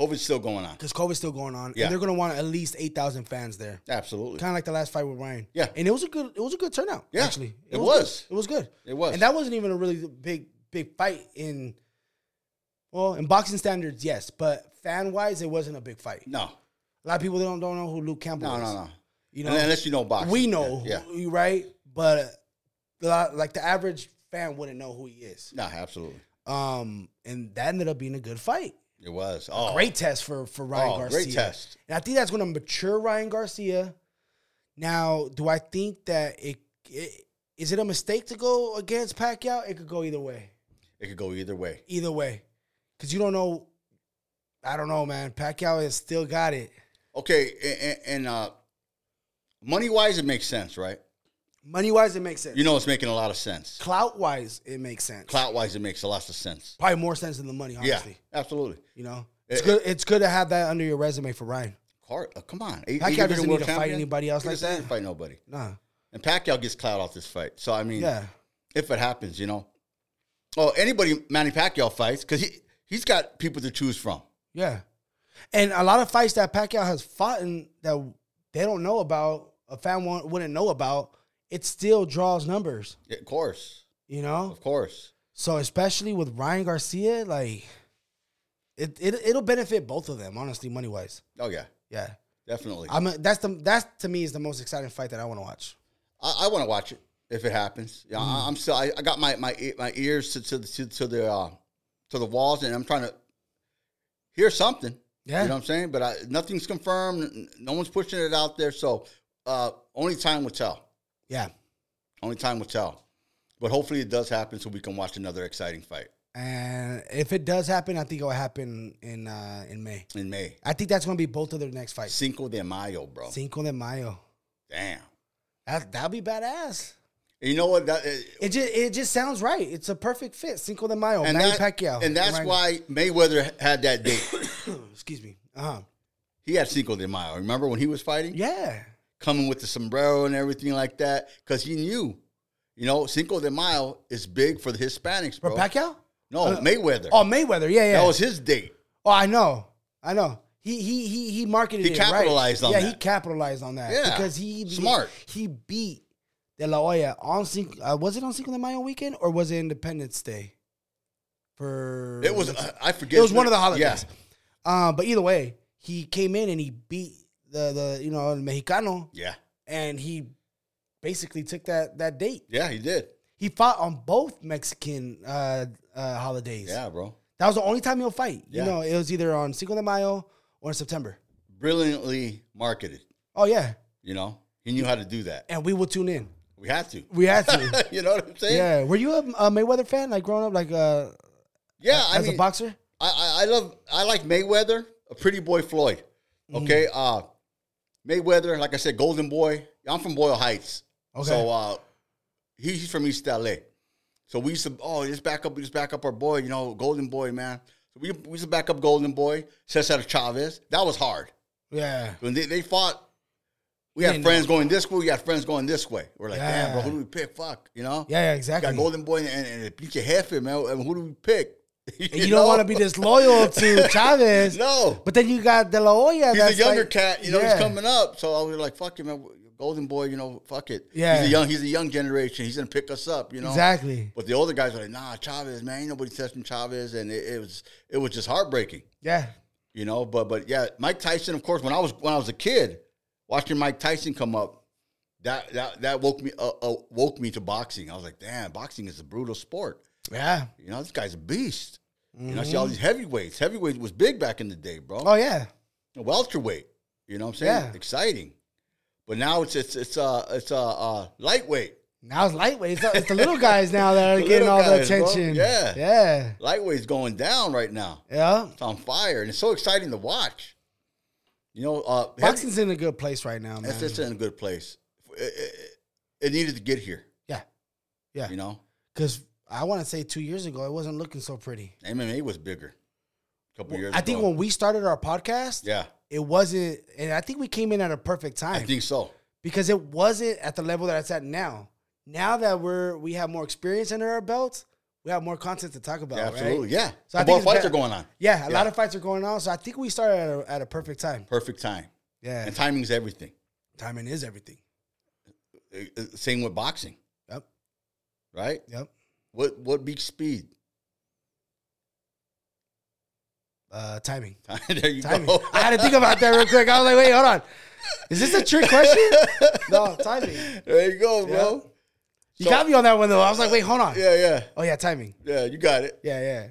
A: COVID's still going on.
B: because COVID's still going on,
A: Yeah.
B: and they're going to want at least eight thousand fans there.
A: Absolutely.
B: Kind of like the last fight with Ryan.
A: Yeah.
B: and it was a good, it was a good turnout.
A: Yeah,
B: actually,
A: it
B: good.
A: was.
B: It was good.
A: It was.
B: And that wasn't even a really big big fight in well, in boxing standards, yes, but fan wise, it wasn't a big fight.
A: no,
B: A lot of people don't don't know who Luke Campbell
A: no,
B: is.
A: no, no.
B: You know,
A: Unless you know boxing.
B: we know,
A: Yeah.
B: you right? But a lot- like the average fan wouldn't know who he is.
A: Nah, absolutely.
B: Um, and that ended up being a good fight.
A: It was. Oh,
B: Great test for for Ryan
A: Oh, great
B: Garcia.
A: test.
B: And I think that's going to mature Ryan Garcia. Now, do I think that it, it is it a mistake to go against Pacquiao? It could go either way.
A: It could go either way.
B: Either way, because you don't know. I don't know, man. Pacquiao has still got it.
A: Okay, and, and uh, money wise, it makes sense, right?
B: Money wise, it makes sense.
A: You know, it's making a lot of sense.
B: clout wise, it makes sense.
A: Clout wise, it makes a lot of sense.
B: Probably more sense than the money,
A: Yeah,
B: honestly.
A: absolutely.
B: You know, it's
A: It-
B: good. It's good to have that under your resume for Ryan.
A: Car- uh, come on,
B: Pacquiao doesn't need to fight anybody else like
A: doesn't fight nobody,
B: Nah,
A: and Pacquiao gets clout off this fight. So I mean,
B: yeah,
A: if it happens, you know. Oh, anybody Manny Pacquiao fights because he he's got people to choose from.
B: yeah. And a lot of fights that Pacquiao has fought in that they don't know about, a fan won't, wouldn't know about. It still draws numbers,
A: Yeah, Of course,
B: you know.
A: of course.
B: So especially with Ryan Garcia, like it, it it'll benefit both of them, honestly, money wise.
A: Oh yeah,
B: Yeah,
A: definitely. I
B: I'm. A, that's the that's to me is the most exciting fight that I want to watch.
A: I, want to watch it if it happens. Yeah, I, I'm still I, I got my my e- my ears to to the to, to the uh, to the walls, and I'm trying to hear something.
B: Yeah,
A: You know what I'm saying? But I, nothing's confirmed. n- No one's pushing it out there. So uh, only time will tell.
B: yeah.
A: Only time will tell. But hopefully it does happen so we can watch another exciting fight
B: And if it does happen, I think it will happen in uh, in May.
A: in May.
B: I think that's going to be both of their next fights.
A: Cinco de Mayo, bro.
B: Cinco de Mayo.
A: Damn.
B: That that'll be badass.
A: And you know what? That, eh,
B: It just it just sounds right. It's a perfect fit. Cinco de Mayo.
A: and,
B: Manny
A: that-
B: Pacquiao.
A: and that's
B: Ryan-
A: why Mayweather had that date.
B: Excuse me. Uh huh.
A: he had Cinco de Mayo. Remember when he was fighting?
B: Yeah.
A: Coming with the sombrero and everything like that. Because he knew, you know, Cinco de Mayo is big for the Hispanics,
B: For
A: bro.
B: Pacquiao.
A: no, Mayweather.
B: Oh Mayweather. Yeah, yeah.
A: That was his date.
B: oh, I know. I know. He he he he marketed.
A: He
B: it
A: capitalized
B: right.
A: on
B: Yeah,
A: that.
B: he capitalized on that.
A: Yeah.
B: Because he
A: Smart.
B: He beat De La Hoya on Cinco. Uh, was it on Cinco de Mayo weekend or was it Independence Day? For
A: It was, uh, I forget.
B: It was one of the
A: Yeah.
B: holidays. Uh, but either way, he came in and he beat the the you know el Mexicano,
A: Yeah.
B: and he basically took that that date.
A: Yeah, he did.
B: He fought on both Mexican uh, uh, holidays.
A: Yeah, bro.
B: That was the only time he'll fight. You
A: Yeah.
B: know, it was either on Cinco de Mayo or in September.
A: Brilliantly marketed.
B: Oh yeah,
A: You know, he knew how to do that.
B: and we will tune in.
A: We had to.
B: We had to.
A: you know what I'm saying?
B: yeah. Were you a, a Mayweather fan? Like growing up, like uh,
A: Yeah, I
B: as
A: mean,
B: a boxer?
A: I, I I love I like Mayweather, a pretty boy Floyd.
B: Mm.
A: Okay, uh, Mayweather, like I said, Golden Boy. I'm from Boyle Heights,
B: Okay.
A: so uh, he- he's from East LA. So we used to oh just back up, just back up our boy, you know, Golden Boy, man. So we, we used to back up Golden Boy, Cesar Chavez. That was hard.
B: yeah.
A: When they, they fought, we
B: You
A: had
B: didn't
A: friends going this way, we had friends going this way. We're like, damn, bro,
B: Yeah.
A: who do we pick? Fuck, you know?
B: Yeah. yeah,
A: We got
B: Exactly.
A: Golden Boy and, and, and Pinche Jefe, man. And who do we pick? you
B: And you don't want to be disloyal to Chavez.
A: No.
B: But then you got De La Hoya.
A: He's a
B: that's
A: younger
B: like-
A: cat, you know,
B: Yeah.
A: he's coming up. So I was like, fuck him, man. Golden Boy, you know, fuck it.
B: Yeah.
A: He's a young, he's a young generation. He's gonna pick us up, you know.
B: Exactly.
A: But the older guys were like, nah, Chavez, man, ain't nobody touching Chavez. And it, it was it was just heartbreaking.
B: Yeah.
A: you know. But but yeah, Mike Tyson, of course. When I was when I was a kid, watching Mike Tyson come up, that that that woke me uh, uh, woke me to boxing. I was like, damn, boxing is a brutal sport.
B: Yeah.
A: You know, this guy's a beast. You know, I see all these heavyweights. Heavyweight was big back in the day, bro.
B: Mm-hmm. Oh yeah.
A: Welterweight. You know what I'm saying?
B: Yeah.
A: Exciting. But now it's it's it's uh it's uh, uh lightweight.
B: Now it's lightweight. It's the, it's the little guys now that are
A: The
B: getting
A: little
B: all the
A: guys, bro.
B: attention.
A: Yeah.
B: Yeah.
A: Lightweight's going down right now.
B: Yeah.
A: It's on fire, and it's so exciting to watch. You know, uh, heavy-
B: Boxing's in a good place right now, man.
A: It's just in a good place. It, it- it needed to get here.
B: Yeah. Yeah.
A: You know,
B: Because I want to say two years ago, it wasn't looking so pretty.
A: MMA was bigger a couple years
B: I think
A: ago.
B: when we started our podcast,
A: yeah,
B: it wasn't, and I think we came in at a perfect
A: I
B: time
A: think so.
B: because it wasn't at the level that it's at now. Now that we're we have more experience under our belts, we have more content to talk about.
A: Yeah, absolutely.
B: Right?
A: Yeah.
B: So
A: So
B: I
A: the
B: think
A: more
B: it's
A: fights
B: better-
A: are going on.
B: Yeah, a
A: Yeah.
B: lot of fights are going on, so I think we started at a, at a perfect time.
A: Perfect time.
B: Yeah,
A: And timing's everything.
B: timing is everything.
A: Uh, uh, Same with boxing,
B: Yep,
A: right?
B: yep.
A: What what beats speed?
B: Uh, timing,
A: there you
B: timing.
A: go.
B: I had to think about that real quick. I was like, wait, hold on, is this a trick question? no, timing.
A: There you go, bro.
B: You
A: So-
B: got me on that one though. I was like, wait, hold on.
A: Yeah, yeah,
B: Oh yeah, timing.
A: yeah. You got it.
B: Yeah, yeah.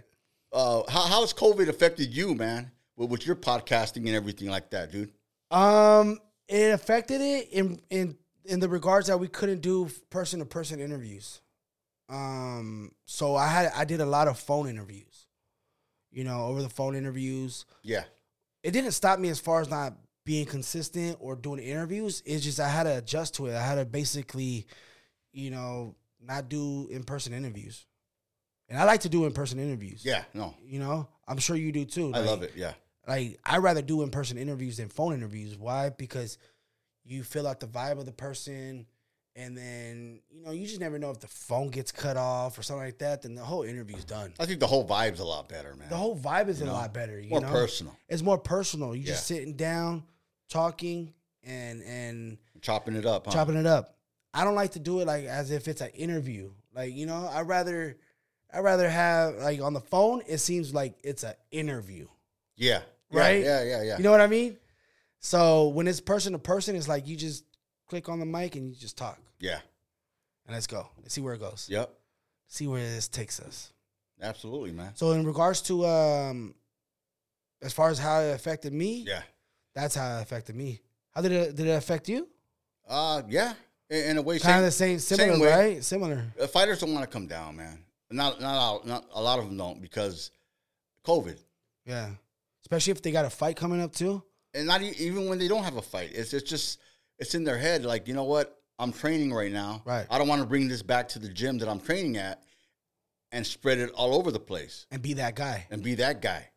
A: Uh, how how has COVID affected you, man? With, with your podcasting and everything like that, dude.
B: Um, it affected it in in in the regards that we couldn't do person to person interviews. Um, so I had I did a lot of phone interviews. You know, over the phone interviews.
A: Yeah,
B: It didn't stop me as far as not being consistent or doing interviews. It's just I had to adjust to it. I had to basically, you know, not do in person interviews. And I like to do in person interviews.
A: yeah. No,
B: You know, I'm sure you do too.
A: I
B: Like,
A: love it. Yeah,
B: like I rather do in person interviews than phone interviews. Why? Because you feel out the vibe of the person, and then you know you just never know if the phone gets cut off or something like that. Then the whole interview's done.
A: I think the whole vibe's a lot better, man.
B: The whole vibe is
A: You
B: a
A: know,
B: lot better. You
A: more
B: know,
A: personal,
B: it's more personal. You're just sitting down, talking, and and
A: chopping it up. Huh?
B: chopping it up. I don't like to do it like as if it's an interview. Like you know, I rather I rather have like on the phone. It seems like it's an interview.
A: Yeah. Yeah,
B: Right?
A: Yeah, yeah, yeah.
B: You know what I mean? So when it's person to person, it's like you just click on the mic and you just talk
A: yeah.
B: and let's go. Let's see where it goes.
A: Yep.
B: See where this takes us.
A: Absolutely, man.
B: So in regards to um as far as how it affected me,
A: Yeah.
B: that's how it affected me. How did it did it affect you?
A: Uh, yeah. In, in a way,
B: Kind of
A: same,
B: the same similar,
A: same way.
B: right? Similar.
A: uh, fighters don't want to come down, man. Not, not, all, not a lot of them don't because COVID,
B: Yeah. Especially if they got a fight coming up too.
A: and not e- even when they don't have a fight, it's it's just it's in their head. Like you know what, I'm training right now.
B: Right.
A: I don't want to bring this back to the gym that I'm training at, and spread it all over the place
B: And be that guy.
A: and be that guy.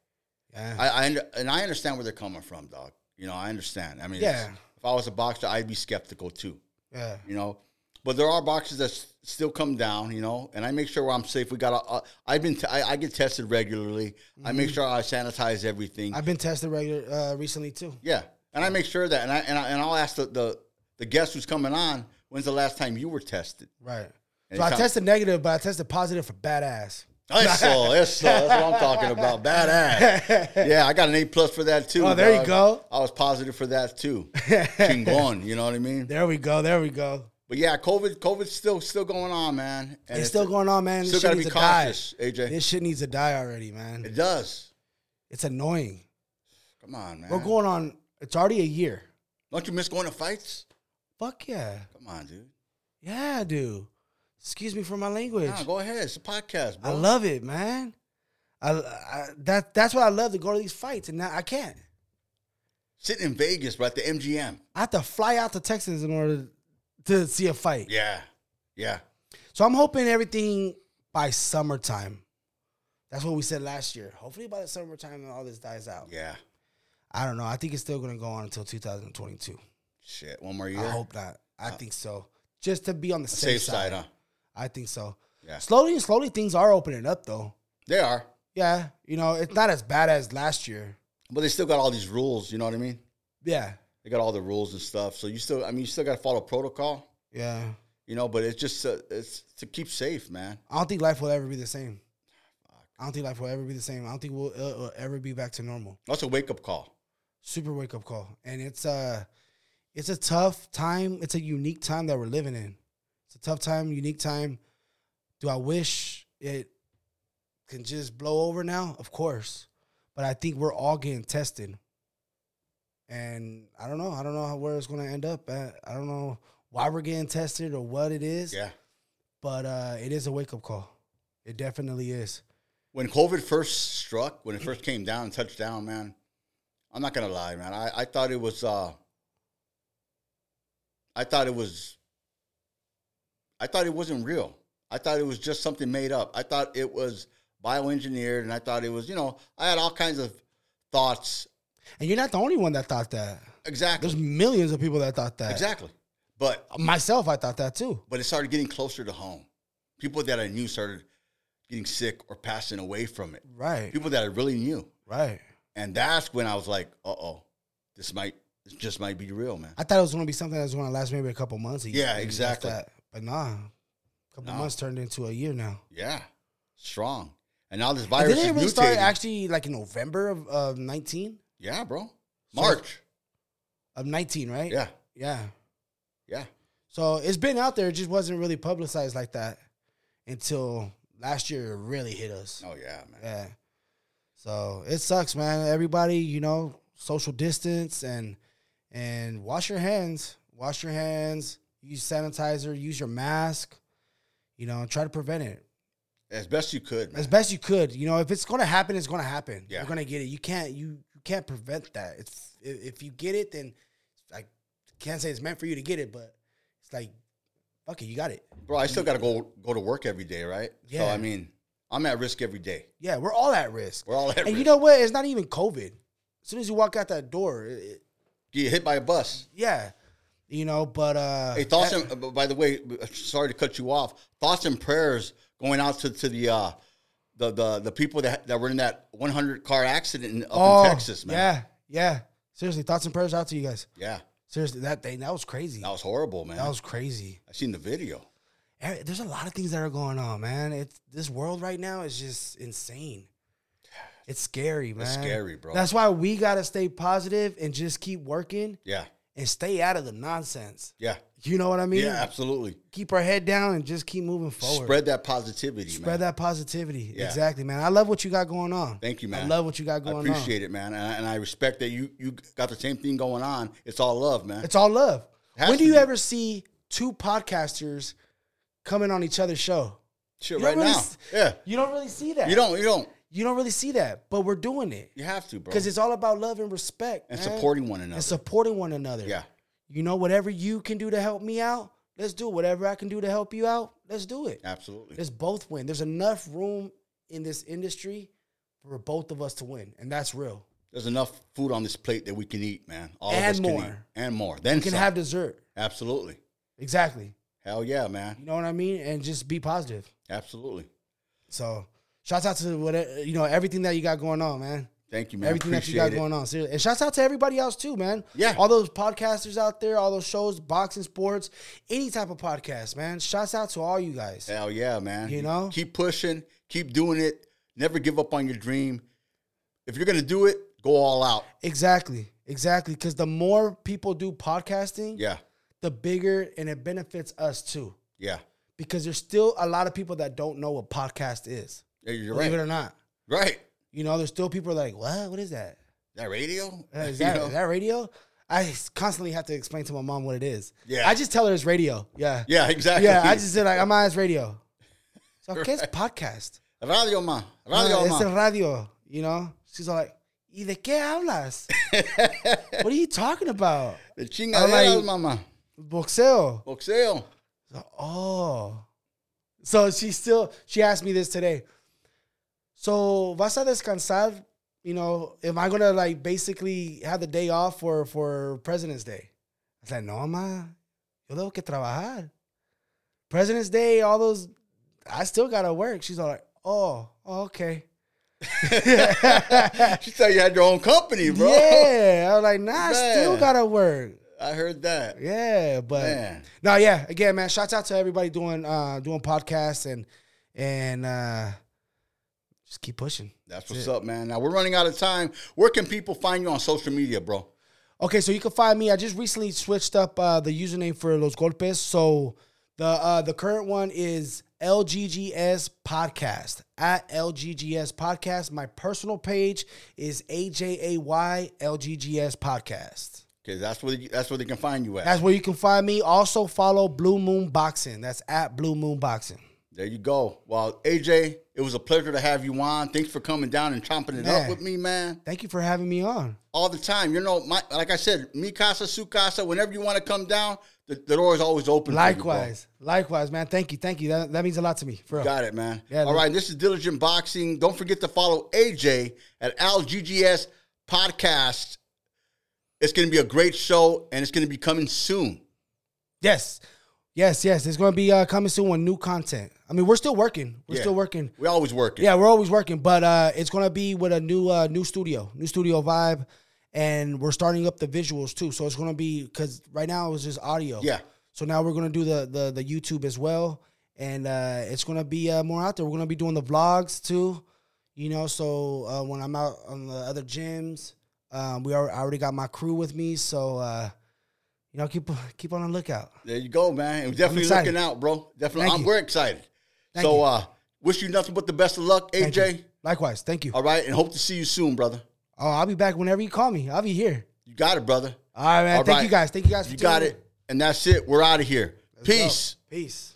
B: Yeah.
A: I, I under- and I understand where they're coming from, dog. You know, I understand. I mean,
B: Yeah.
A: it's- if I was a boxer, I'd be skeptical too.
B: yeah.
A: you know. But there are boxes that s- still come down, you know, and I make sure I'm safe. We got. A, a, I've been. T- I, I get tested regularly. I make sure I sanitize everything.
B: Mm-hmm. I've been tested regular uh recently too.
A: yeah, and I make sure that, and I and, I, and I'll ask the, the the guest who's coming on. When's the last time you were tested?
B: Right.
A: And
B: So I
A: it's-
B: tested negative, but I tested positive for badass.
A: Eso, eso. That's what I'm talking about. Badass. Yeah, I got an A plus for that too.
B: Oh, there
A: dog.
B: you go.
A: I was positive for that too. Chingon, you know what I mean?
B: There we go. There we go.
A: But yeah, COVID, COVID's still still going on, man. And
B: it's still going on, man. This
A: Still
B: shit
A: gotta be
B: needs to die.
A: cautious, AJ.
B: This shit needs to die already, man.
A: It does.
B: It's annoying.
A: Come on, man.
B: We're going on. It's already a year.
A: Don't you miss going to fights?
B: Fuck yeah,
A: Come on, dude.
B: yeah, dude. Excuse me for my language.
A: Nah, go ahead. It's a podcast,
B: I
A: bro.
B: love it, man. I, I that that's what I love to go to these fights, and now I can't.
A: Sitting in Vegas, right? The MGM.
B: I have to fly out to Texas in order to see a fight.
A: Yeah, yeah.
B: So I'm hoping everything by summertime. That's what we said last year. Hopefully by the summertime, all this dies out.
A: Yeah.
B: I don't know. I think it's still going to go on until 2022.
A: Shit. One more year.
B: I hope not. I think so. Just to be on the
A: Uh, Safe
B: safe,
A: side,
B: side.
A: huh?
B: I think so.
A: Yeah.
B: Slowly and slowly, things are opening up, though.
A: They are,
B: Yeah. You know, it's not as bad as last year.
A: but they still got all these rules. You know what I mean?
B: Yeah.
A: They got all the rules and stuff. So you still, I mean, you still got to follow protocol.
B: Yeah.
A: You know, but it's just uh, it's to keep safe, man.
B: I don't think life will ever be the same. I don't think life will ever be the same. I don't think we'll uh, uh, ever be back to normal.
A: That's a wake up call.
B: Super wake up call, and it's uh it's a tough time. It's a unique time that we're living in. It's a tough time, unique time. Do I wish it can just blow over now? Of course. But I think we're all getting tested. And I don't know. I don't know how, where it's going to end up. at. I don't know why we're getting tested or what it is.
A: Yeah.
B: But uh, it is a wake up call. It definitely is.
A: When COVID first struck, when it first came down and touched down, man, I'm not gonna lie, man. I, I thought it was uh I thought it was I thought it wasn't real. I thought it was just something made up. I thought it was bioengineered and I thought it was, you know, I had all kinds of thoughts.
B: And you're not the only one that thought that.
A: Exactly.
B: There's millions of people that thought that.
A: Exactly. But
B: Myself, I thought that too.
A: but it started getting closer to home. People that I knew started getting sick or passing away from it.
B: Right.
A: People that I really knew.
B: Right.
A: And that's when I was like, uh oh, this might this just might be real, man.
B: I thought it was gonna be something that was gonna last maybe a couple months. a year,
A: Yeah,
B: maybe that's
A: exactly.
B: That. But nah, a couple
A: No.
B: months turned into a year now.
A: Yeah. Strong. And now this
B: And
A: virus
B: didn't
A: is
B: it really
A: mutating.
B: start actually like in November of, of nineteen?
A: yeah, bro. March.
B: Of nineteen, right?
A: Yeah.
B: Yeah.
A: Yeah.
B: So it's been out there. It just wasn't really publicized like that until last year. It really hit us.
A: Oh yeah, man.
B: Yeah. So it sucks, man. Everybody, you know, social distance and and wash your hands. Wash your hands. Use sanitizer. Use your mask. You know, try to prevent it
A: As best you could, man.
B: as best you could. You know, if it's going to happen, it's going to happen.
A: Yeah.
B: You're going to get it. You can't you you can't prevent that. It's if, if you get it, then I can't say it's meant for you to get it, but it's like, fuck it, you got it.
A: Bro, I still gotta go go to work every day, right? So
B: Yeah.
A: I mean, I'm at risk every day.
B: Yeah, we're all at risk.
A: We're all at
B: and
A: risk.
B: you know what? It's not even COVID. As soon as you walk out that door, it, it-
A: Get hit by a bus.
B: yeah, you know. But uh,
A: Hey, thoughts and uh, by the way, uh, sorry to cut you off. Thoughts and prayers going out to, to the uh the, the the people that that were in that 100 car accident in, up
B: oh,
A: in Texas, man.
B: Yeah, yeah. Seriously, thoughts and prayers out to you guys.
A: Yeah.
B: Seriously, that thing that was crazy.
A: That was horrible, man.
B: that was crazy.
A: I seen the video.
B: Eh, there's a lot of things that are going on, man. It's this world right now is just insane. It's scary, man.
A: scary, bro.
B: That's why we gotta stay positive and just keep working
A: Yeah.
B: and stay out of the nonsense.
A: Yeah.
B: You know what I mean?
A: Yeah, absolutely.
B: Keep our head down and just keep moving forward.
A: Spread that positivity,
B: Spread
A: man.
B: that positivity.
A: Yeah.
B: Exactly, man. I love what you got going on.
A: Thank you, man.
B: I love what you got
A: I
B: going on.
A: appreciate it, man. And I, and I respect that you you got the same thing going on. It's all love, man.
B: It's all love.
A: Has
B: when
A: to
B: do you
A: be.
B: ever see two podcasters coming on each other's show?
A: Shit,
B: You
A: right
B: don't really
A: now.
B: s-
A: Yeah.
B: You don't really see that.
A: You don't, you don't.
B: You don't really see that, but we're doing it.
A: You have to, bro.
B: because it's all about love and respect
A: and
B: man.
A: supporting one another.
B: and supporting one another.
A: yeah.
B: you know whatever you can do to help me out, let's do it. whatever I can do to help you out. Let's do it.
A: Absolutely.
B: Let's both win. There's enough room in this industry for both of us to win, and that's real.
A: There's enough food on this plate that we can eat, man. All of
B: And
A: us can eat.
B: more.
A: And more. Then
B: You can
A: some.
B: have dessert,
A: Absolutely.
B: exactly.
A: Hell yeah, man.
B: You know what I mean, and just be positive.
A: Absolutely.
B: So, shouts out to whatever you know, everything that you got going on, man.
A: Thank you, man.
B: Everything that you
A: Appreciate
B: got
A: it.
B: going on. Seriously. And shouts out to everybody else too, man.
A: Yeah.
B: All those podcasters out there, all those shows, boxing, sports, any type of podcast, man. Shouts out to all you guys.
A: Hell yeah, man.
B: You know?
A: keep pushing, keep doing it. Never give up on your dream. If you're gonna do it, go all out.
B: Exactly. Exactly. Because the more people do podcasting,
A: Yeah,
B: the bigger and it benefits us too.
A: yeah.
B: Because there's still a lot of people that don't know what podcast is.
A: Yeah, You're
B: Believe
A: right.
B: it or not.
A: Right.
B: You know, there's still people like, what? What is that?
A: That radio.
B: Uh, Is
A: You
B: that,
A: know?
B: is that radio? I constantly have to explain to my mom what it is.
A: Yeah.
B: I just tell her it's radio. Yeah.
A: Yeah, exactly.
B: Yeah, I just said like I'm on his radio. So ¿qué es podcast?
A: radio man. Radio
B: Ah, es
A: man.
B: el radio, you know? She's all like, ¿y de qué hablas? what are you talking about?
A: The chingaderas,
B: like-
A: mama.
B: Boxeo.
A: Boxeo.
B: So, oh. So she still she asked me this today. So vas a descansar, you know, am I gonna like basically have the day off for for President's Day? I was like, no, ma, yo tengo que trabajar. President's Day, all those I still gotta work. She's all like, oh, oh, okay.
A: She said you had your own company, bro.
B: Yeah. I was like, nah, I still
A: Man.
B: gotta work.
A: I heard that.
B: Yeah, but
A: Man.
B: no, yeah. Again, man, shouts out to everybody doing uh doing podcasts and and uh just keep pushing.
A: That's what's up, man. Now we're running out of time. Where can people find you on social media, bro?
B: Okay, so you can find me. I just recently switched up uh the username for Los Golpes. So the uh the current one is LGGS Podcast at LGGS Podcast. My personal page is AJAY LGGS Podcast.
A: Because that's where that's where they can find you at.
B: That's where you can find me. Also follow Blue Moon Boxing. That's at Blue Moon Boxing.
A: There you go. Well, AJ, it was a pleasure to have you on. Thanks for coming down and chomping it up
B: Man.
A: with me, man.
B: Thank you for having me on.
A: All the time. You know, my like I said, mi casa, su casa. Whenever you want to come down, the, the door is always open. for you, bro.
B: Likewise, likewise, man. Thank you, thank you. That, that means a lot to me. For real.
A: Got it, man.
B: Yeah,
A: All
B: man.
A: right, this is Diligent Boxing. Don't forget to follow AJ at LGGS Podcast. It's going to be a great show, and it's going to be coming soon.
B: yes, yes, yes. It's going to be uh, coming soon with new content. I mean, we're still working. We're
A: Yeah.
B: still working.
A: We always working.
B: Yeah, we're always working, but uh, it's going to be with a new uh, new studio, new studio vibe, and we're starting up the visuals too. So it's going to be because right now it was just audio.
A: Yeah.
B: So now we're going to do the, the the YouTube as well, and uh, it's going to be uh, more out there. We're going to be doing the vlogs too. You know, so uh, when I'm out on the other gyms, um, we are, I already got my crew with me, so uh, you know, keep keep on the lookout.
A: There you go, man. And definitely
B: excited.
A: looking out, bro. Definitely,
B: Thank
A: I'm,
B: you.
A: we're excited.
B: Thank
A: so,
B: you.
A: uh, wish you nothing but the best of luck,
B: Thank
A: AJ.
B: you. Likewise, thank you.
A: All right, and hope to see you soon, brother.
B: Oh, I'll be back whenever you call me. I'll be here.
A: You got it, brother.
B: All right, man.
A: All
B: thank
A: right.
B: you guys. Thank you guys. For
A: You got
B: tuning in.
A: it. And that's it. We're out of here.
B: Let's go.
A: Peace.
B: Peace.